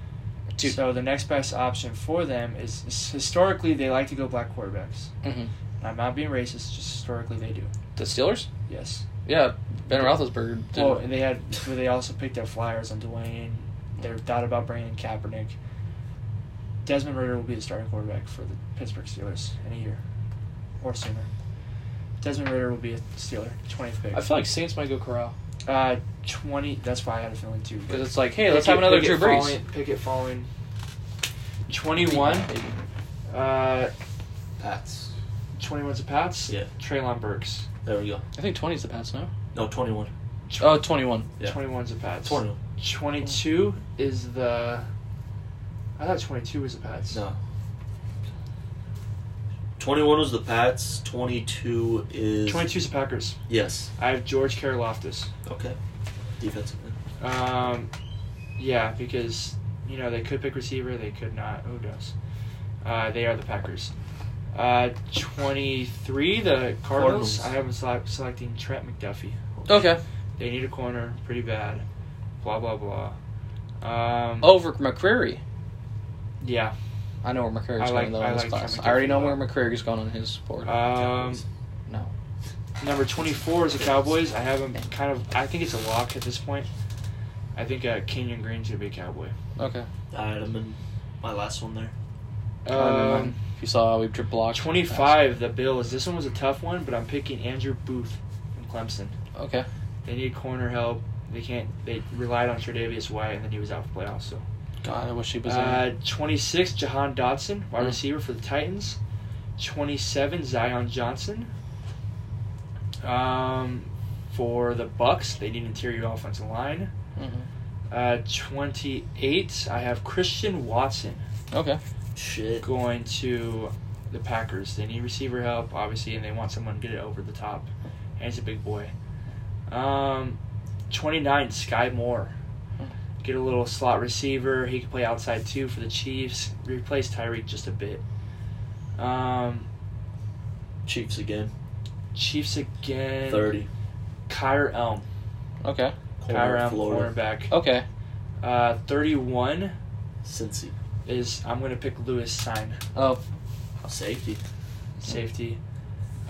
[SPEAKER 1] Dude.
[SPEAKER 4] So the next best option for them is is historically they like to go black quarterbacks.
[SPEAKER 1] Mm-hmm.
[SPEAKER 4] I'm not being racist, just historically they do.
[SPEAKER 1] The Steelers?
[SPEAKER 4] Yes.
[SPEAKER 1] Yeah. Ben Roethlisberger did.
[SPEAKER 4] Well, and they had. well, They also picked up flyers on Dwayne. They thought about bringing in Kaepernick. Desmond Ritter will be the starting quarterback for the Pittsburgh Steelers in a year, or sooner. Desmond Ritter will be a Steeler, 20th pick.
[SPEAKER 1] I feel like Saints might go corral.
[SPEAKER 4] uh, 20. That's why I had a feeling too.
[SPEAKER 1] Because it's like, hey, let's have another Drew Brees.
[SPEAKER 4] Falling, Pickett falling. 21. Uh,
[SPEAKER 2] Pats.
[SPEAKER 4] 21's the Pats.
[SPEAKER 2] Yeah.
[SPEAKER 4] Traylon Burks.
[SPEAKER 2] There we go.
[SPEAKER 1] I think 20 is the Pats now.
[SPEAKER 2] No, 21.
[SPEAKER 1] Oh, 21.
[SPEAKER 2] Yeah.
[SPEAKER 4] 21's the Pats.
[SPEAKER 2] 21.
[SPEAKER 4] 22 is the. I thought 22 was the Pats.
[SPEAKER 2] No. 21 was the Pats. 22 is.
[SPEAKER 4] 22 is the Packers.
[SPEAKER 2] Yes.
[SPEAKER 4] I have George Karloftis.
[SPEAKER 2] Okay. Defensive end.
[SPEAKER 4] Um, yeah, because you know they could pick receiver, they could not. Who knows? Uh, they are the Packers. Uh, twenty-three, the Cardinals.
[SPEAKER 2] Cardinals.
[SPEAKER 4] I have them select- selecting Trent McDuffie.
[SPEAKER 1] Okay.
[SPEAKER 4] They need a corner, pretty bad. Blah blah blah. Um,
[SPEAKER 1] Over McCreary.
[SPEAKER 4] yeah.
[SPEAKER 1] I know where McCreary's
[SPEAKER 4] I like-
[SPEAKER 1] going though
[SPEAKER 4] I
[SPEAKER 1] in this
[SPEAKER 4] like
[SPEAKER 1] class.
[SPEAKER 4] Trent
[SPEAKER 1] I already know where
[SPEAKER 4] McDuffie.
[SPEAKER 1] McCreary's going on his board.
[SPEAKER 4] Um,
[SPEAKER 1] no.
[SPEAKER 4] number twenty-four is the Cowboys. I have them kind of. I think it's a lock at this point. I think uh, Kenyon Green's gonna be a Cowboy.
[SPEAKER 1] Okay.
[SPEAKER 2] I had him in my last one there.
[SPEAKER 4] Um,
[SPEAKER 1] if you saw, we triple blocked.
[SPEAKER 4] 25, the Bills. This one was a tough one, but I'm picking Andrew Booth from Clemson.
[SPEAKER 1] Okay.
[SPEAKER 4] They need corner help. They can't. They relied on Tre'Davious White, and then he was out for playoffs. So,
[SPEAKER 1] God, I wish he was
[SPEAKER 4] uh, 26, Jahan Dotson, wide
[SPEAKER 1] Mhm.
[SPEAKER 4] receiver for the Titans. 27, Zion Johnson. Um, for the Bucks, they need interior offensive line.
[SPEAKER 1] in. Mhm.
[SPEAKER 4] Uh, 28, I have Christian Watson.
[SPEAKER 1] Okay.
[SPEAKER 2] Shit.
[SPEAKER 4] going to the Packers. They need receiver help, obviously, and they want someone to get it over the top. And he's a big boy. Um, 29, Sky Moore. Get a little slot receiver. He can play outside too for the Chiefs. Replace Tyreek just a bit. Um,
[SPEAKER 2] Chiefs again.
[SPEAKER 4] Chiefs again.
[SPEAKER 2] 30.
[SPEAKER 4] Kyre Elm.
[SPEAKER 1] Okay.
[SPEAKER 4] Kyre
[SPEAKER 2] Corner,
[SPEAKER 4] Elm,
[SPEAKER 2] Florida.
[SPEAKER 4] cornerback.
[SPEAKER 1] Okay.
[SPEAKER 4] Uh, 31
[SPEAKER 2] Cincy.
[SPEAKER 4] is, I'm going to pick Lewis Sign.
[SPEAKER 1] Oh,
[SPEAKER 2] Safety.
[SPEAKER 4] safety.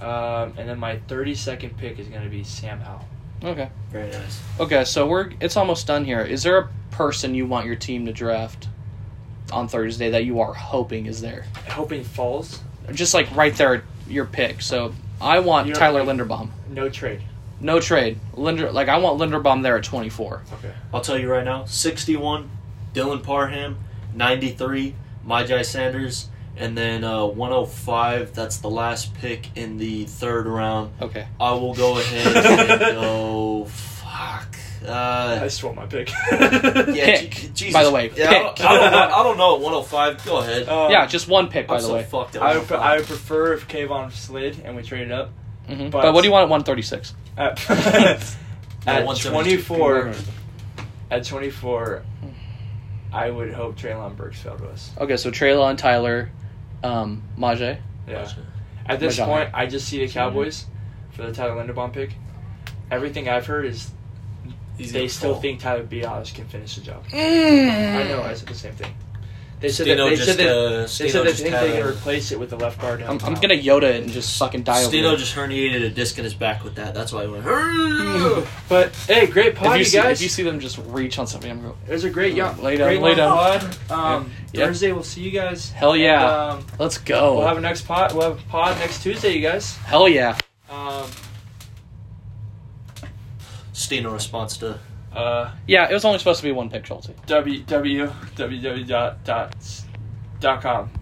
[SPEAKER 4] Um, and then my 32nd pick is going to be Sam Howell.
[SPEAKER 1] okay.
[SPEAKER 2] Very nice.
[SPEAKER 1] Okay, so we're it's almost done here. Is there a person you want your team to draft on Thursday that you are hoping is there?
[SPEAKER 4] Hoping falls,
[SPEAKER 1] Just like right there, your pick. So I want
[SPEAKER 4] You know,
[SPEAKER 1] Tyler
[SPEAKER 4] like-
[SPEAKER 1] Linderbaum.
[SPEAKER 4] no trade.
[SPEAKER 1] No trade. Linder like I want Linderbaum there at 24.
[SPEAKER 4] Okay.
[SPEAKER 2] I'll tell you right now 61, Dylan Parham, 93, Majai Sanders, and then uh, 105. That's the last pick in the third round.
[SPEAKER 1] Okay.
[SPEAKER 2] I will go ahead and go. Fuck.
[SPEAKER 4] I
[SPEAKER 2] Uh,
[SPEAKER 4] swore my pick.
[SPEAKER 2] yeah,
[SPEAKER 1] Pick,
[SPEAKER 2] Je- Jesus.
[SPEAKER 1] by the way,
[SPEAKER 2] Yeah, I don't-
[SPEAKER 1] pick.
[SPEAKER 2] I, don't, know- I don't know. 105. Go ahead.
[SPEAKER 4] Um,
[SPEAKER 1] yeah, just one pick by
[SPEAKER 2] I'm
[SPEAKER 1] the
[SPEAKER 2] so
[SPEAKER 1] way.
[SPEAKER 2] fucked at
[SPEAKER 4] I would,
[SPEAKER 2] 105.
[SPEAKER 4] I would prefer if Kayvon slid and we traded up.
[SPEAKER 1] Mhm.
[SPEAKER 4] but-
[SPEAKER 1] But, what do you want at 136?
[SPEAKER 4] At,
[SPEAKER 2] oh No,
[SPEAKER 4] at
[SPEAKER 2] 172.
[SPEAKER 4] 24, at 24, I would hope Traylon Burks fell to us.
[SPEAKER 1] Okay, so Traylon, Tyler, um, Majay.
[SPEAKER 4] Yeah. At this
[SPEAKER 1] Madonna.
[SPEAKER 4] point, I just see
[SPEAKER 2] Hmm.
[SPEAKER 4] the Cowboys for the Tyler Linderbaum pick. Everything I've heard is
[SPEAKER 2] He's
[SPEAKER 4] they
[SPEAKER 2] gonna
[SPEAKER 4] still
[SPEAKER 2] fall.
[SPEAKER 4] Mm.
[SPEAKER 1] Mm.
[SPEAKER 4] think Tyler Bialas can finish the job. I know I said the same thing. They said
[SPEAKER 2] Steno
[SPEAKER 4] that they
[SPEAKER 2] just,
[SPEAKER 4] said that,
[SPEAKER 2] uh,
[SPEAKER 4] they
[SPEAKER 2] Steno
[SPEAKER 4] said that
[SPEAKER 2] just
[SPEAKER 4] they think
[SPEAKER 2] had
[SPEAKER 4] they can
[SPEAKER 2] a-
[SPEAKER 4] replace it with the left guard.
[SPEAKER 1] I'm,
[SPEAKER 4] up
[SPEAKER 1] I'm
[SPEAKER 4] top.
[SPEAKER 1] gonna Yoda it and just fucking die over
[SPEAKER 2] Steno
[SPEAKER 1] it.
[SPEAKER 2] just herniated a disc in his back with that. That's why he went. "Hurrah!"
[SPEAKER 4] But hey, great pod,
[SPEAKER 1] if you,
[SPEAKER 4] you,
[SPEAKER 1] see,
[SPEAKER 4] guys.
[SPEAKER 1] if you see them just reach on something, I'm going,
[SPEAKER 4] it was a great yacht.
[SPEAKER 1] Lay down,
[SPEAKER 4] great
[SPEAKER 1] lay down.
[SPEAKER 4] pod. Um,
[SPEAKER 1] Yeah.
[SPEAKER 4] Thursday we'll see you guys.
[SPEAKER 1] Hell
[SPEAKER 4] And,
[SPEAKER 1] yeah. Oh.
[SPEAKER 4] um,
[SPEAKER 1] let's go.
[SPEAKER 4] we'll have a next pod. We'll have a pod next Tuesday, you guys.
[SPEAKER 1] Hell yeah.
[SPEAKER 4] Um,
[SPEAKER 2] Steno response to
[SPEAKER 4] uh,
[SPEAKER 1] Yeah, it was only supposed to be one pick, Schulte.
[SPEAKER 4] www dot dot dot com.